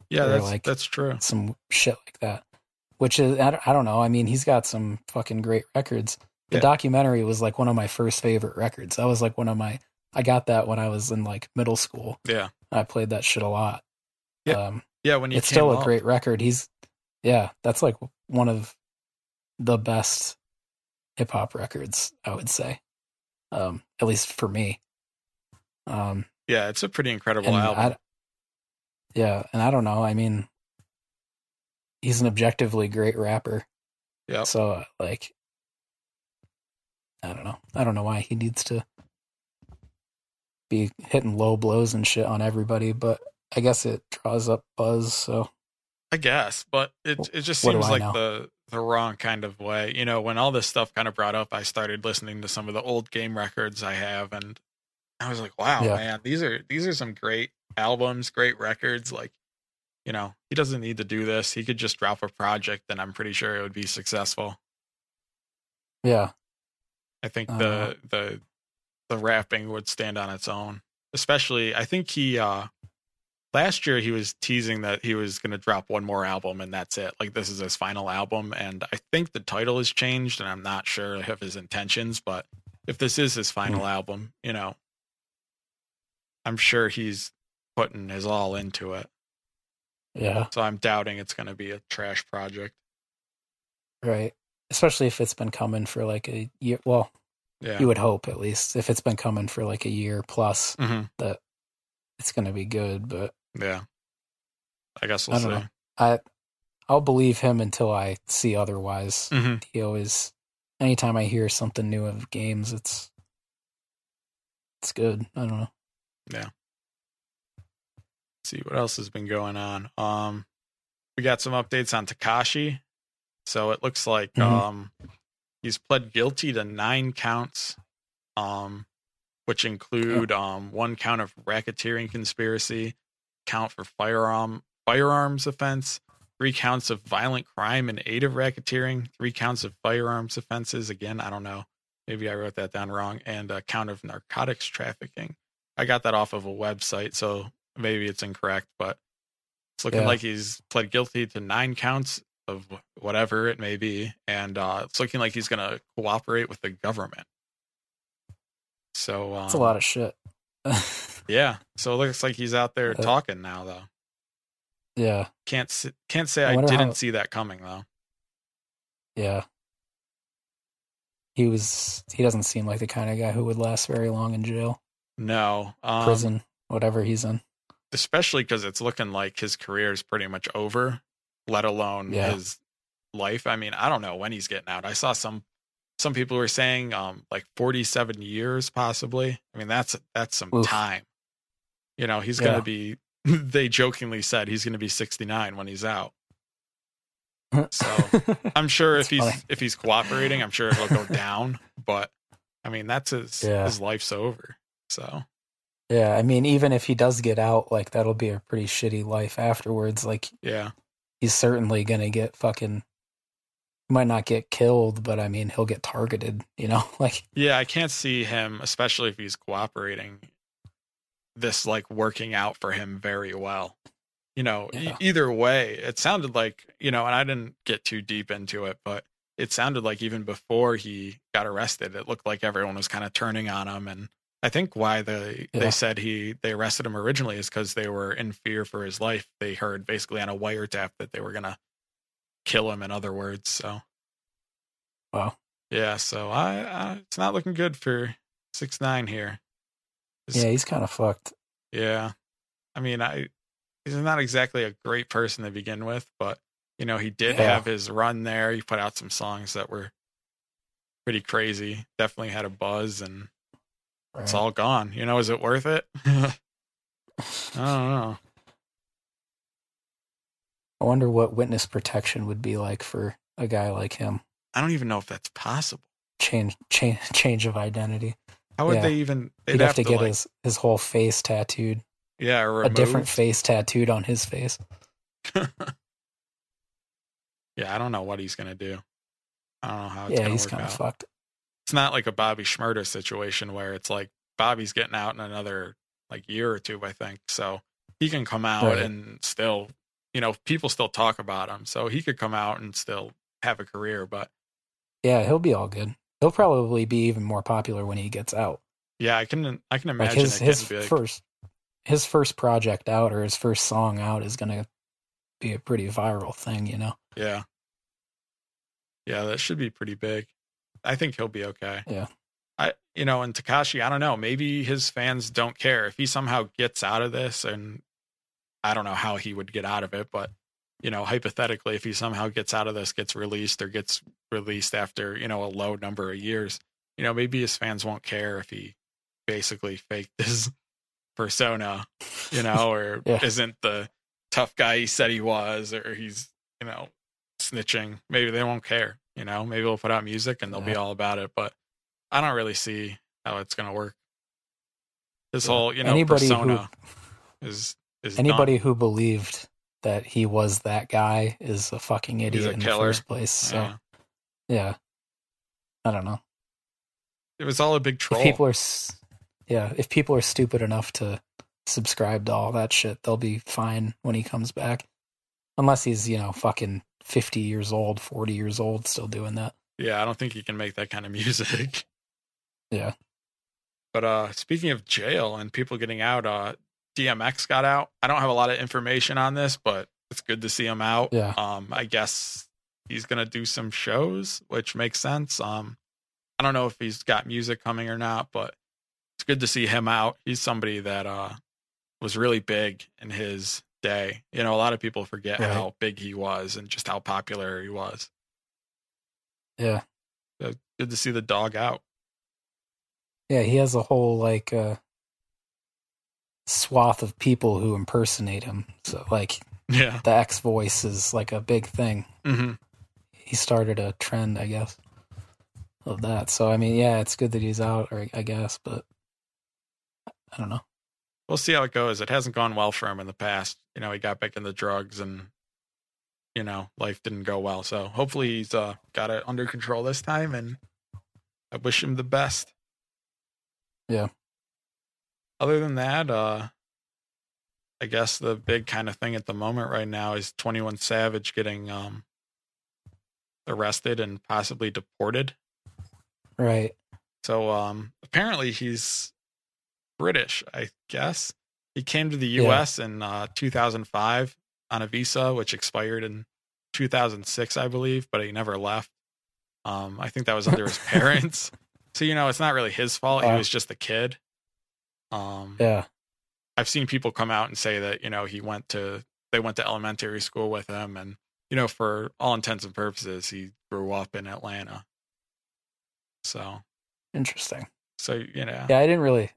Yeah, Or, that's like, that's true. some shit like that which is i don't, I don't know i mean he's got some fucking great records the Yeah. documentary was like one of my first favorite records that was like one of my i got that when i was in like middle school Yeah. i played that shit a lot Yeah. um Yeah, when he it's came still a up. great record. He's yeah, that's like one of the best hip hop records, I would say. Um, at least for me. Um Yeah, it's a pretty incredible and album. I, yeah, and I don't know, I mean he's an objectively great rapper. Yep. So uh, like I don't know. I don't know why he needs to be hitting low blows and shit on everybody, but I guess it draws up buzz, so I guess, but it it just What do seems I like know? the the wrong kind of way. You know, when all this stuff kind of brought up, I started listening to some of the old game records I have, and I was like, wow, Yeah. man, these are these are some great albums, great records. Like, you know, he doesn't need to do this. He could just drop a project, and I'm pretty sure it would be successful. yeah. I think Uh, the the the rapping would stand on its own. Especially I think he uh last year he was teasing that he was gonna drop one more album and that's it. Like this is his final album and I think the title has changed and I'm not sure of his intentions, but if this is his final Mm. album, you know, I'm sure he's putting his all into it. Yeah, So I'm doubting it's gonna be a trash project. right. Especially if it's been coming for like a year. Well, Yeah. you would hope at least if it's been coming for like a year (laughs) plus, hmm that it's going to be good. But Yeah. I guess we'll I see. don't know. I, I'll believe him until I see otherwise. Mhm. He always, anytime I hear something new of games, it's, it's good. I don't know. see what else has been going on. Um, we got some updates on Takashi. So it looks like Mhm. um, he's pled guilty to nine counts, um, which include um, one count of racketeering conspiracy, count for firearm firearms offense, three counts of violent crime in aid of racketeering, three counts of firearms offenses. Again, I don't know. Maybe I wrote that down wrong. And a count of narcotics trafficking. I got that off of a website, so maybe it's incorrect, but it's looking Yeah. like he's pled guilty to nine counts of whatever it may be, and uh, it's looking like he's going to cooperate with the government. So um, It's a lot of shit. (laughs) yeah. So it looks like he's out there Uh, talking now, though. yeah. Can't s- can't say I I, wonder didn't how- see that coming though. Yeah. He was, he doesn't seem like the kind of guy who would last very long in jail, No, um, prison, whatever he's in. especially because it's looking like his career is pretty much over, let alone Yeah. his life. I mean, I don't know when he's getting out. I saw some some people were saying um like 47 years possibly. I mean, that's that's some Oof. time. You know, he's Yeah. going to be (laughs) they jokingly said he's going to be 69 when he's out. So, I'm sure That's if he's funny. if he's cooperating, I'm sure it'll (laughs) go down, but I mean, that's his Yeah. his life's over. So, (laughs) Yeah, I mean, even if he does get out, like that'll be a pretty shitty life afterwards. Like yeah. he's certainly gonna get fucking. He might not get killed, but I mean, he'll get targeted. You know, (laughs) like Yeah, I can't see him, especially if he's cooperating. This like working out for him very well. you know e- Yeah. either way it sounded like you know and i didn't get too deep into it but it sounded like even before he got arrested it looked like everyone was kind of turning on him and i think why the Yeah. they said he they arrested him originally is because they were in fear for his life they heard basically on a wiretap that they were gonna kill him in other words so Wow. yeah so i, I it's not looking good for six nine here Yeah, he's kind of fucked. yeah. I mean, I he's not exactly a great person to begin with, but you know, he did Yeah. have his run there. He put out some songs that were pretty crazy. Definitely had a buzz and it's right? all gone. You know, is it worth it? (laughs) I don't know. I wonder what witness protection would be like for a guy like him. I don't even know if that's possible. Change, change, (laughs) change of identity. How would Yeah. they even they'd He'd have, to, get like, his his whole face tattooed, yeah, a removed. different face tattooed on his face. Yeah, I don't know what he's gonna do. I don't know how it's yeah, gonna he's work kind out. of fucked. it's not like a Bobby Schmurder situation where it's like Bobby's getting out in another like year or two, I think. So he can come out Right. and still, you know, people still talk about him. So he could come out and still have a career. But Yeah, he'll be all good. He'll probably be even more popular when he gets out. yeah, I can I can Like imagine his it his getting big. first his first project out or his first song out is gonna be a pretty viral thing, you know. yeah. Yeah, that should be pretty big. I think he'll be okay. Yeah. I you know, and Takashi, I don't know, maybe his fans don't care if he somehow gets out of this and I don't know how he would get out of it, but you know, hypothetically if he somehow gets out of this, gets released or gets released after, you know, a low number of years, you know, maybe his fans won't care if he basically faked (laughs) this persona, you know, or Yeah. isn't the tough guy he said he was or he's, you know, snitching. Maybe they won't care, you know. Maybe we'll put out music and they'll be Yeah. all about it, but I don't really see how it's going to work. This Yeah. whole, you know, Anybody who- persona is is done. Anybody who believed that he was that guy is a fucking a idiot in the killer. first place. So Yeah. yeah. I don't know. It was all a big troll. If people are s- yeah, if people are stupid enough to subscribe to all that shit, they'll be fine when he comes back. Unless he's, you know, fucking 50 years old, 40 years old still doing that. yeah, I don't think you can make that kind of (laughs) music. Yeah. But uh speaking of jail and people getting out, uh DMX got out. I don't have a lot of information on this, but it's good to see him out. Yeah. Um I guess he's going to do some shows, which makes sense. Um I don't know if he's got music coming or not, but it's good to see him out. He's somebody that uh was really big in his day. You know, a lot of people forget Right. how big he was and just how popular he was. Yeah. So good to see the dog out. (laughs) Yeah, he has a whole like uh swath of people who impersonate him. So like Yeah. the X voice is like a big thing. hmm he started a trend, I guess, of that. So I mean, yeah, it's good that he's out, or I guess, but I don't know. We'll see how it goes. It hasn't gone well for him in the past. You know, he got back into drugs and you know, life didn't go well. So hopefully he's uh got it under control this time and I wish him the best. Yeah. Other than that, uh I guess the big kind of thing at the moment right now is 21 Savage getting um arrested and possibly deported. Right? So um apparently he's British, I guess. He came to the Yeah. US in uh 2005 on a visa which expired in 2006 I believe, but he never left. Um I think that was (laughs) under his parents. So you know, it's not really his fault. He Wow. was just a kid. Um Yeah. I've seen people come out and say that you know he went to they went to elementary school with him, and you know for all intents and purposes he grew up in Atlanta. So Interesting. so you know Yeah, I didn't really,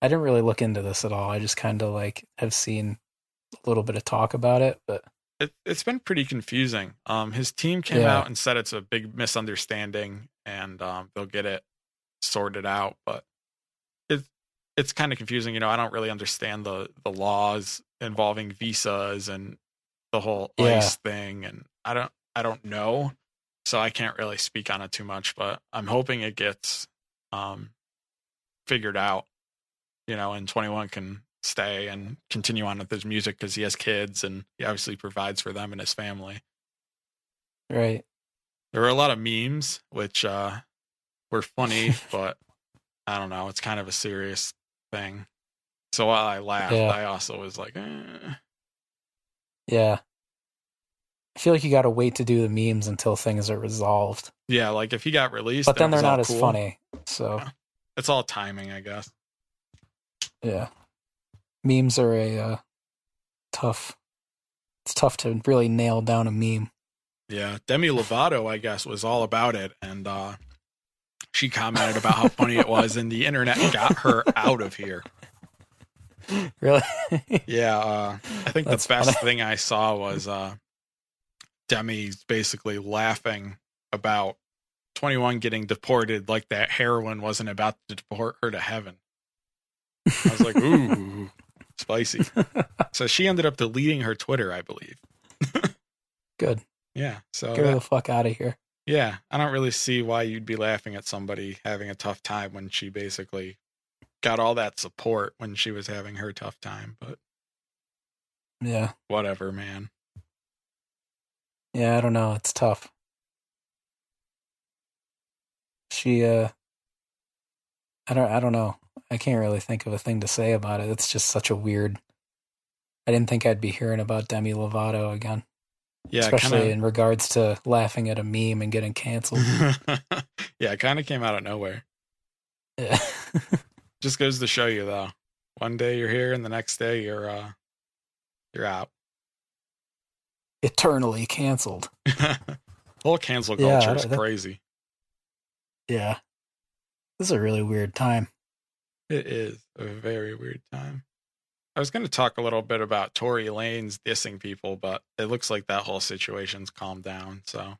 I didn't really look into this at all. I just kind of like have seen a little bit of talk about it, but it, it's been pretty confusing. Um, his team came Yeah. out and said it's a big misunderstanding and um, they'll get it sorted out, but it it's kind of confusing. You know, I don't really understand the the laws involving visas and the whole Yeah. ICE thing, and I don't I don't know, so I can't really speak on it too much. But I'm hoping it gets um, figured out. You know, and 21 can stay and continue on with his music because he has kids and he obviously provides for them and his family. Right. There were a lot of memes which uh, were (laughs) funny, but I don't know. It's kind of a serious thing. So while I laughed, Yeah. I also was like, eh. Yeah. I feel like you got to wait to do the memes until things are resolved. yeah, like if he got released, But then and it was they're all not as cool, funny. So, It's all timing, I guess. yeah. Memes are a uh, tough. It's tough to really nail down a meme. (laughs) Yeah, Demi Lovato, I guess, was all about it, and uh, she commented about how funny it was, and the internet got (laughs) her out of here. (laughs) Really? Yeah, uh, I think That's the best thing I saw was uh, Demi's basically laughing about 21 getting deported, like that heroin wasn't about to deport her to heaven. I was like, (laughs) ooh, spicy. So she ended up deleting her Twitter, I believe. Good. Oh, Yeah, so Get that- her the fuck out of here. Yeah, I don't really see why you'd be laughing at somebody having a tough time when she basically got all that support when she was having her tough time, but Yeah. whatever, man. Yeah, I don't know. It's tough. She, uh, I don't, I don't know. I can't really think of a thing to say about it. It's just such a weird. I didn't think I'd be hearing about Demi Lovato again, Yeah, especially kind in regards to laughing at a meme and (laughs) getting canceled. of Yeah, it kind of came out of nowhere. Yeah. Just goes to show you though. One day you're here and the next day you're uh you're out. (laughs) (laughs) Eternally canceled. Whole cancel Yeah, I culture is don't- that- crazy. Yeah. This is a really weird time. It is a very weird time. I was going to talk a little bit about Tory Lane's dissing people, but it looks like that whole situation's calmed down. So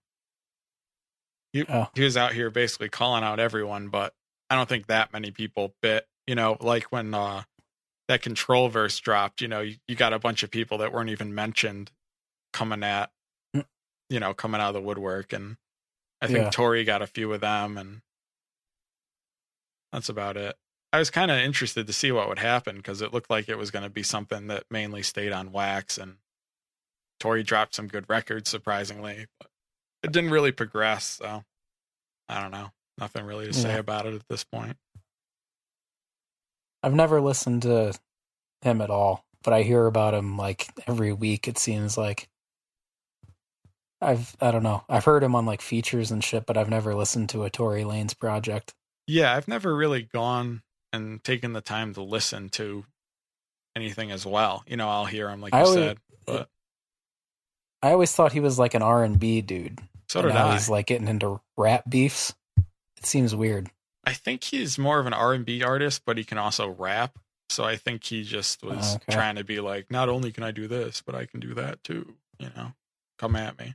he, Oh. he was out here basically calling out everyone, but I don't think that many people bit, you know, like when uh, that control verse dropped, you know, you, you got a bunch of people that weren't even mentioned coming at, Mm. you know, coming out of the woodwork. And I think Yeah. Tory got a few of them, and that's about it. I was kind of interested to see what would happen because it looked like it was going to be something that mainly stayed on wax, and Tori dropped some good records, surprisingly. But it didn't really progress, so I don't know. Nothing really to say Yeah. about it at this point. I've never listened to him at all, but I hear about him like every week. It seems like I've I don't know. I've heard him on like features and shit, but I've never listened to a Tory Lanez project. Yeah, I've never really gone and taken the time to listen to anything as well. You know, I'll hear him like you I always- said. I always thought he was like an R and B dude. So and did now I. he's like getting into rap beefs. It seems weird. I think he's more of an R and B artist, but he can also rap. So I think he just was Oh, Okay. trying to be like, not only can I do this, but I can do that too. You know, come at me.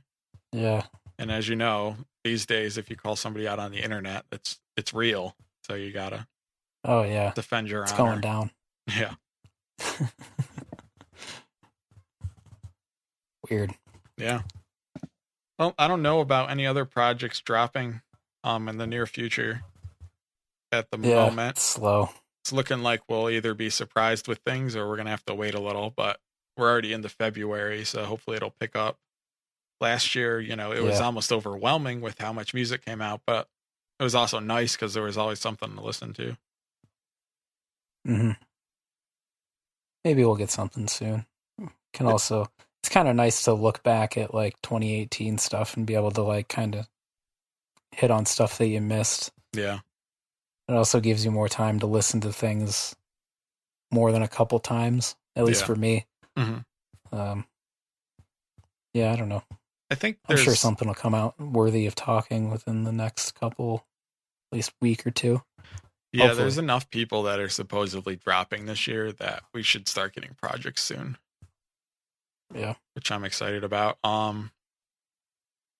Yeah. And as you know, these days, if you call somebody out on the internet, it's it's real. So you gotta Oh yeah. defend your It's honor. going down. Yeah, Weird. yeah. Well, I don't know about any other projects dropping um in the near future. At the Yeah. moment, It's slow. it's looking like we'll either be surprised with things or we're gonna have to wait a little but we're already into february so hopefully it'll pick up last year you know it was Yeah. almost overwhelming with how much music came out but it was also nice because there was always something to listen to Mm-hmm. hmm Maybe we'll get something soon. Can also, it's kind of nice to look back at like 2018 stuff and be able to like kind of hit on stuff that you missed. yeah It also gives you more time to listen to things more than a couple times, at least Yeah. for me. Mhm. Um, yeah, I don't know. i think I'm there's sure something will come out worthy of talking within the next couple, at least week or two. yeah hopefully. there's enough people that are supposedly dropping this year that we should start getting projects soon Yeah. which i'm excited about um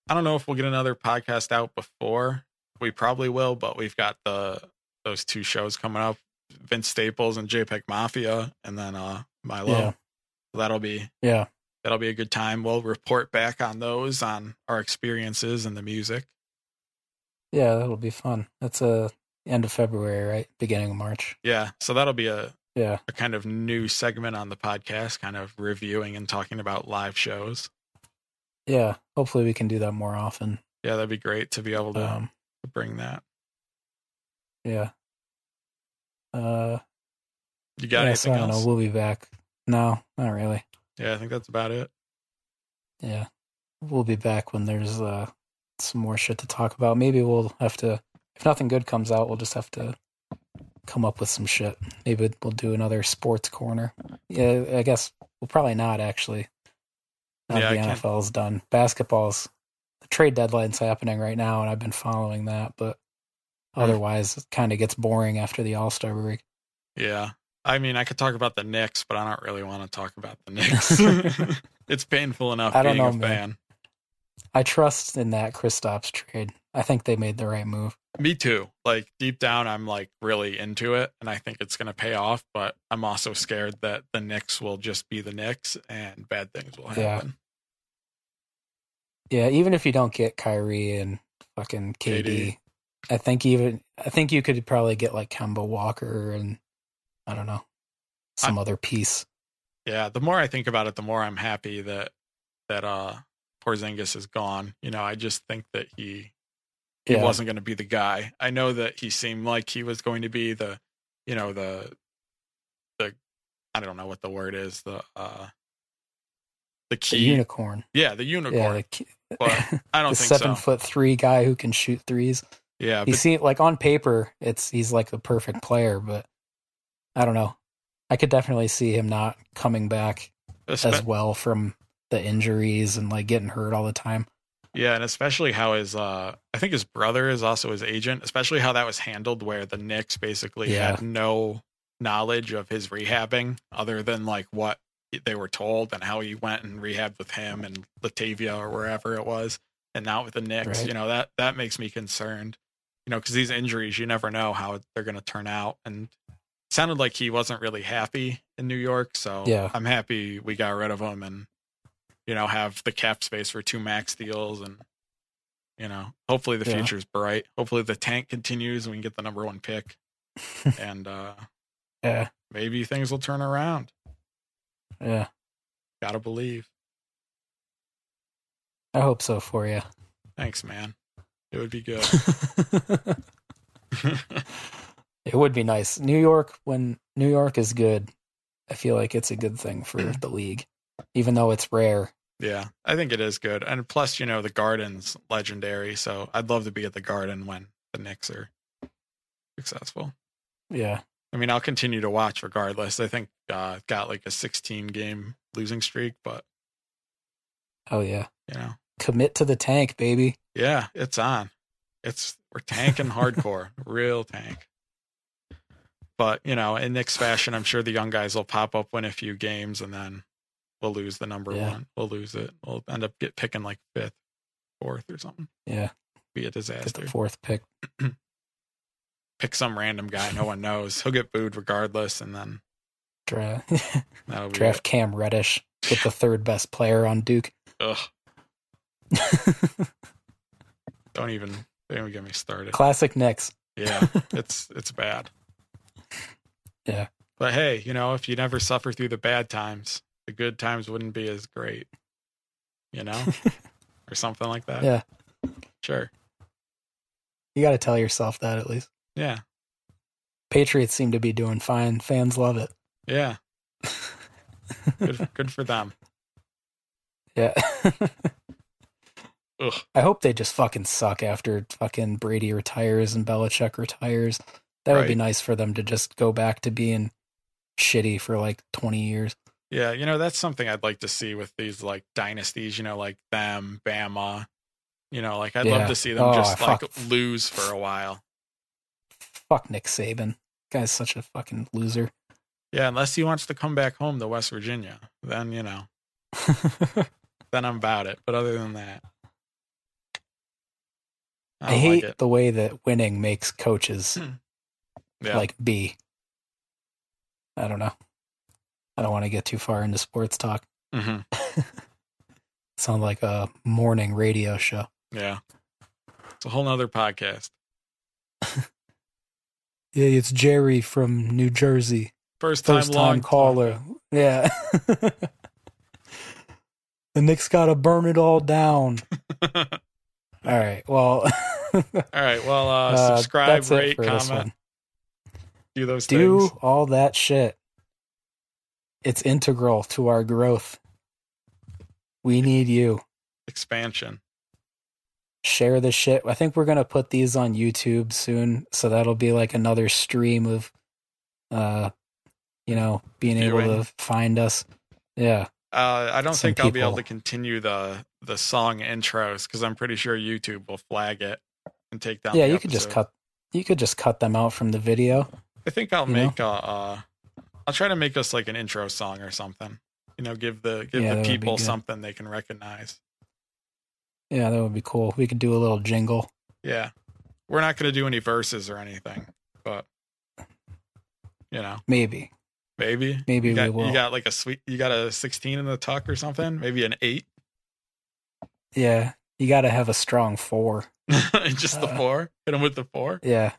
i don't know if we'll get another podcast out before we probably will but we've got the those two shows coming up vince staples and jpeg mafia and then uh milo Yeah. that'll be Yeah. that'll be a good time we'll report back on those on our experiences and the music Yeah, that'll be fun. That's uh end of February, right? Beginning of March. yeah so that'll be a Yeah. a kind of new segment on the podcast, kind of reviewing and talking about live shows. Yeah. Hopefully we can do that more often. Yeah, that'd be great to be able to Um, bring that. yeah. Uh, You got yeah, so anything I don't else? know. We'll be back. No, not really. yeah, I think that's about it. Yeah. We'll be back when there's uh some more shit to talk about. Maybe we'll have to if nothing good comes out, we'll just have to come up with some shit. Maybe we'll do another sports corner. Yeah, I guess well probably not actually. Now Yeah, I the can't- NFL's done. Basketball's the trade deadline's happening right now and I've been following that, but Hmm. otherwise it kinda gets boring after the All Star break. Yeah. I mean, I could talk about the Knicks, but I don't really want to talk about the (laughs) Knicks. (laughs) it's painful enough I don't being a know, man. fan. I trust in that Kristaps trade. I think they made the right move. Me too. Like deep down, I'm like really into it, and I think it's going to pay off. But I'm also scared that the Knicks will just be the Knicks, and bad things will Yeah. happen. Yeah, even if you don't get Kyrie and fucking KD, KD. I think even I think you could probably get like Kemba Walker and I don't know some other piece. Yeah. The more I think about it, the more I'm happy that that uh Porzingis is gone. You know, I just think that he he Yeah, wasn't going to be the guy. I know that he seemed like he was going to be the, you know, the, the, I don't know what the word is, the, uh, the the key. unicorn. yeah, the Yeah, unicorn. the, ki- (laughs) but I the don't think seven so. foot three guy who can shoot threes. yeah, He but seemed like on paper, it's he's like the perfect player, but I don't know. I could definitely see him not coming back espe- as well from the injuries and like getting hurt all the time. yeah, and especially how his, uh, I think his brother is also his agent. Especially how that was handled, where the Knicks basically had no knowledge of his rehabbing other than like what they were told and how he went and rehabbed with him and Latavia or wherever it was, and now with the Knicks. Right. You know that that makes me concerned. You know because these injuries, you never know how they're going to turn out. And it sounded like he wasn't really happy in New York. So Yeah. I'm happy we got rid of him and you know have the cap space for two max deals and you know hopefully the Yeah. future's bright. Hopefully the tank continues and we can get the number one pick and uh Yeah, maybe things will turn around. yeah. Gotta believe. I hope so for you. Thanks, man. It would be (laughs) good. (laughs) it (laughs) would be nice. New York, when New York is good, I feel like it's a good thing for the league, even though it's rare. yeah, I think it is good. And plus, you know, the garden's legendary. So I'd love to be at the garden when the Knicks are successful. Yeah, I mean, I'll continue to watch regardless. I think uh got like a 16 game losing streak, but hell yeah. you know, Commit to the tank, baby. yeah, it's on. It's we're tanking (laughs) hardcore, real tank. But you know, in Knicks fashion, I'm sure the young guys will pop up, win a few games, and then we'll lose the number Yeah. one. We'll lose it. We'll end up get picking like fifth, fourth, or something. Yeah, Be a get disaster. (laughs) the fourth pick. Pick some random guy no one knows. He'll get booed regardless, and then Dra- (laughs) that'll be draft Cam Reddish. Get the third best player on Duke. It. Ugh, (laughs) don't even don't even get me started. Classic Knicks. (laughs) Yeah, it's it's bad. Yeah. But hey, you know, if you never suffer through the bad times, the good times wouldn't be as great. You (laughs) know? or something like that. Yeah. Sure. You got to tell yourself that at least. Yeah. Patriots seem to be doing fine. Fans love it. Yeah. Good (laughs) good for them. Yeah. (laughs) Ugh. I hope they just fucking suck after fucking Brady retires and Belichick retires. That would be Right. nice for them to just go back to being shitty for like 20 years. Yeah, you know, that's something I'd like to see with these like dynasties, you know, like them, Bama. You know, like I'd Yeah. love to see them Oh, just like fuck. lose for a while. Fuck Nick Saban. Guy's such a fucking loser. (laughs) Yeah, unless he wants to come back home to West Virginia. Then, you know, then I'm about it. But other than that, I, I, don't hate like it. Hmm, the way that winning makes coaches Yeah. like be. I don't know. I don't want to get too far into sports talk. Mhm. Sound like a morning radio show. yeah, it's a whole nother podcast. Yeah, it's Jerry from New Jersey. First time first long (laughs) time caller. Yeah. (laughs) the Knicks got to burn it all down. all right. Well, (laughs) All right. Well, uh, uh, subscribe, that's it rate, for this comment, one. do those Do things. all that shit. It's integral to our growth. We need you. Expansion. Share the shit. I think we're going to put these on YouTube soon. So that'll be like another stream of, uh, you know, being able Viewing. to find us. Yeah. Uh, I don't Some think I'll be able to people- continue the the song intros because I'm pretty sure YouTube will flag it and take down. yeah. the You could just episode. cut, you could just cut them out from the video. I think I'll you know? make a. Uh, I'll try to make us like an intro song or something. You know, give the give Yeah, that the would be people good. something they can recognize. Yeah, that would be cool. We could do a little jingle. Yeah, we're not gonna do any verses or anything, but you know, Maybe. maybe Maybe you got, we will. You got like a sweet. You got a 16 in the tuck or something. Maybe an eight. (laughs) yeah. You got to have a strong four. just the Uh, four. Hit him with the four. Yeah.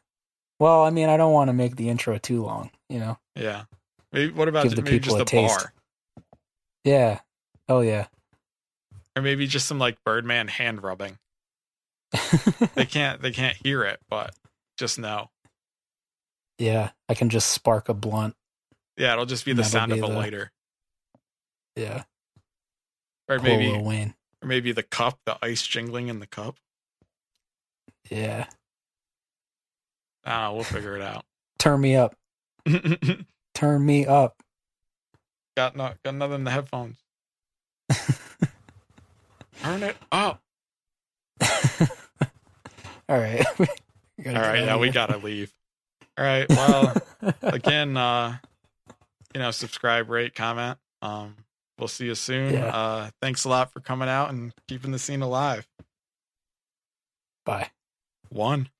Well, I mean, I don't want to make the intro too long, you know? Yeah. Maybe what about Give ju- the maybe just people a the taste. bar, Yeah. Oh, yeah. (laughs) or maybe just some like Birdman hand rubbing. (laughs) They can't. They can't hear it, but just know. yeah. I can just spark a blunt. Yeah, it'll just be the That'll sound be of a the- lighter, Yeah. or Cool maybe Lil Wayne. or maybe the cup, the ice jingling in the cup. Yeah. I don't know. Ah, We'll figure it out. Turn me up. (laughs) Turn me up. got no, got nothing in the headphones. Turn it up. All right. (laughs) All right. Yeah, we gotta leave. All right. Well. again uh you know subscribe rate comment um we'll see you soon Yeah. uh thanks a lot for coming out and keeping the scene alive (laughs) Bye. one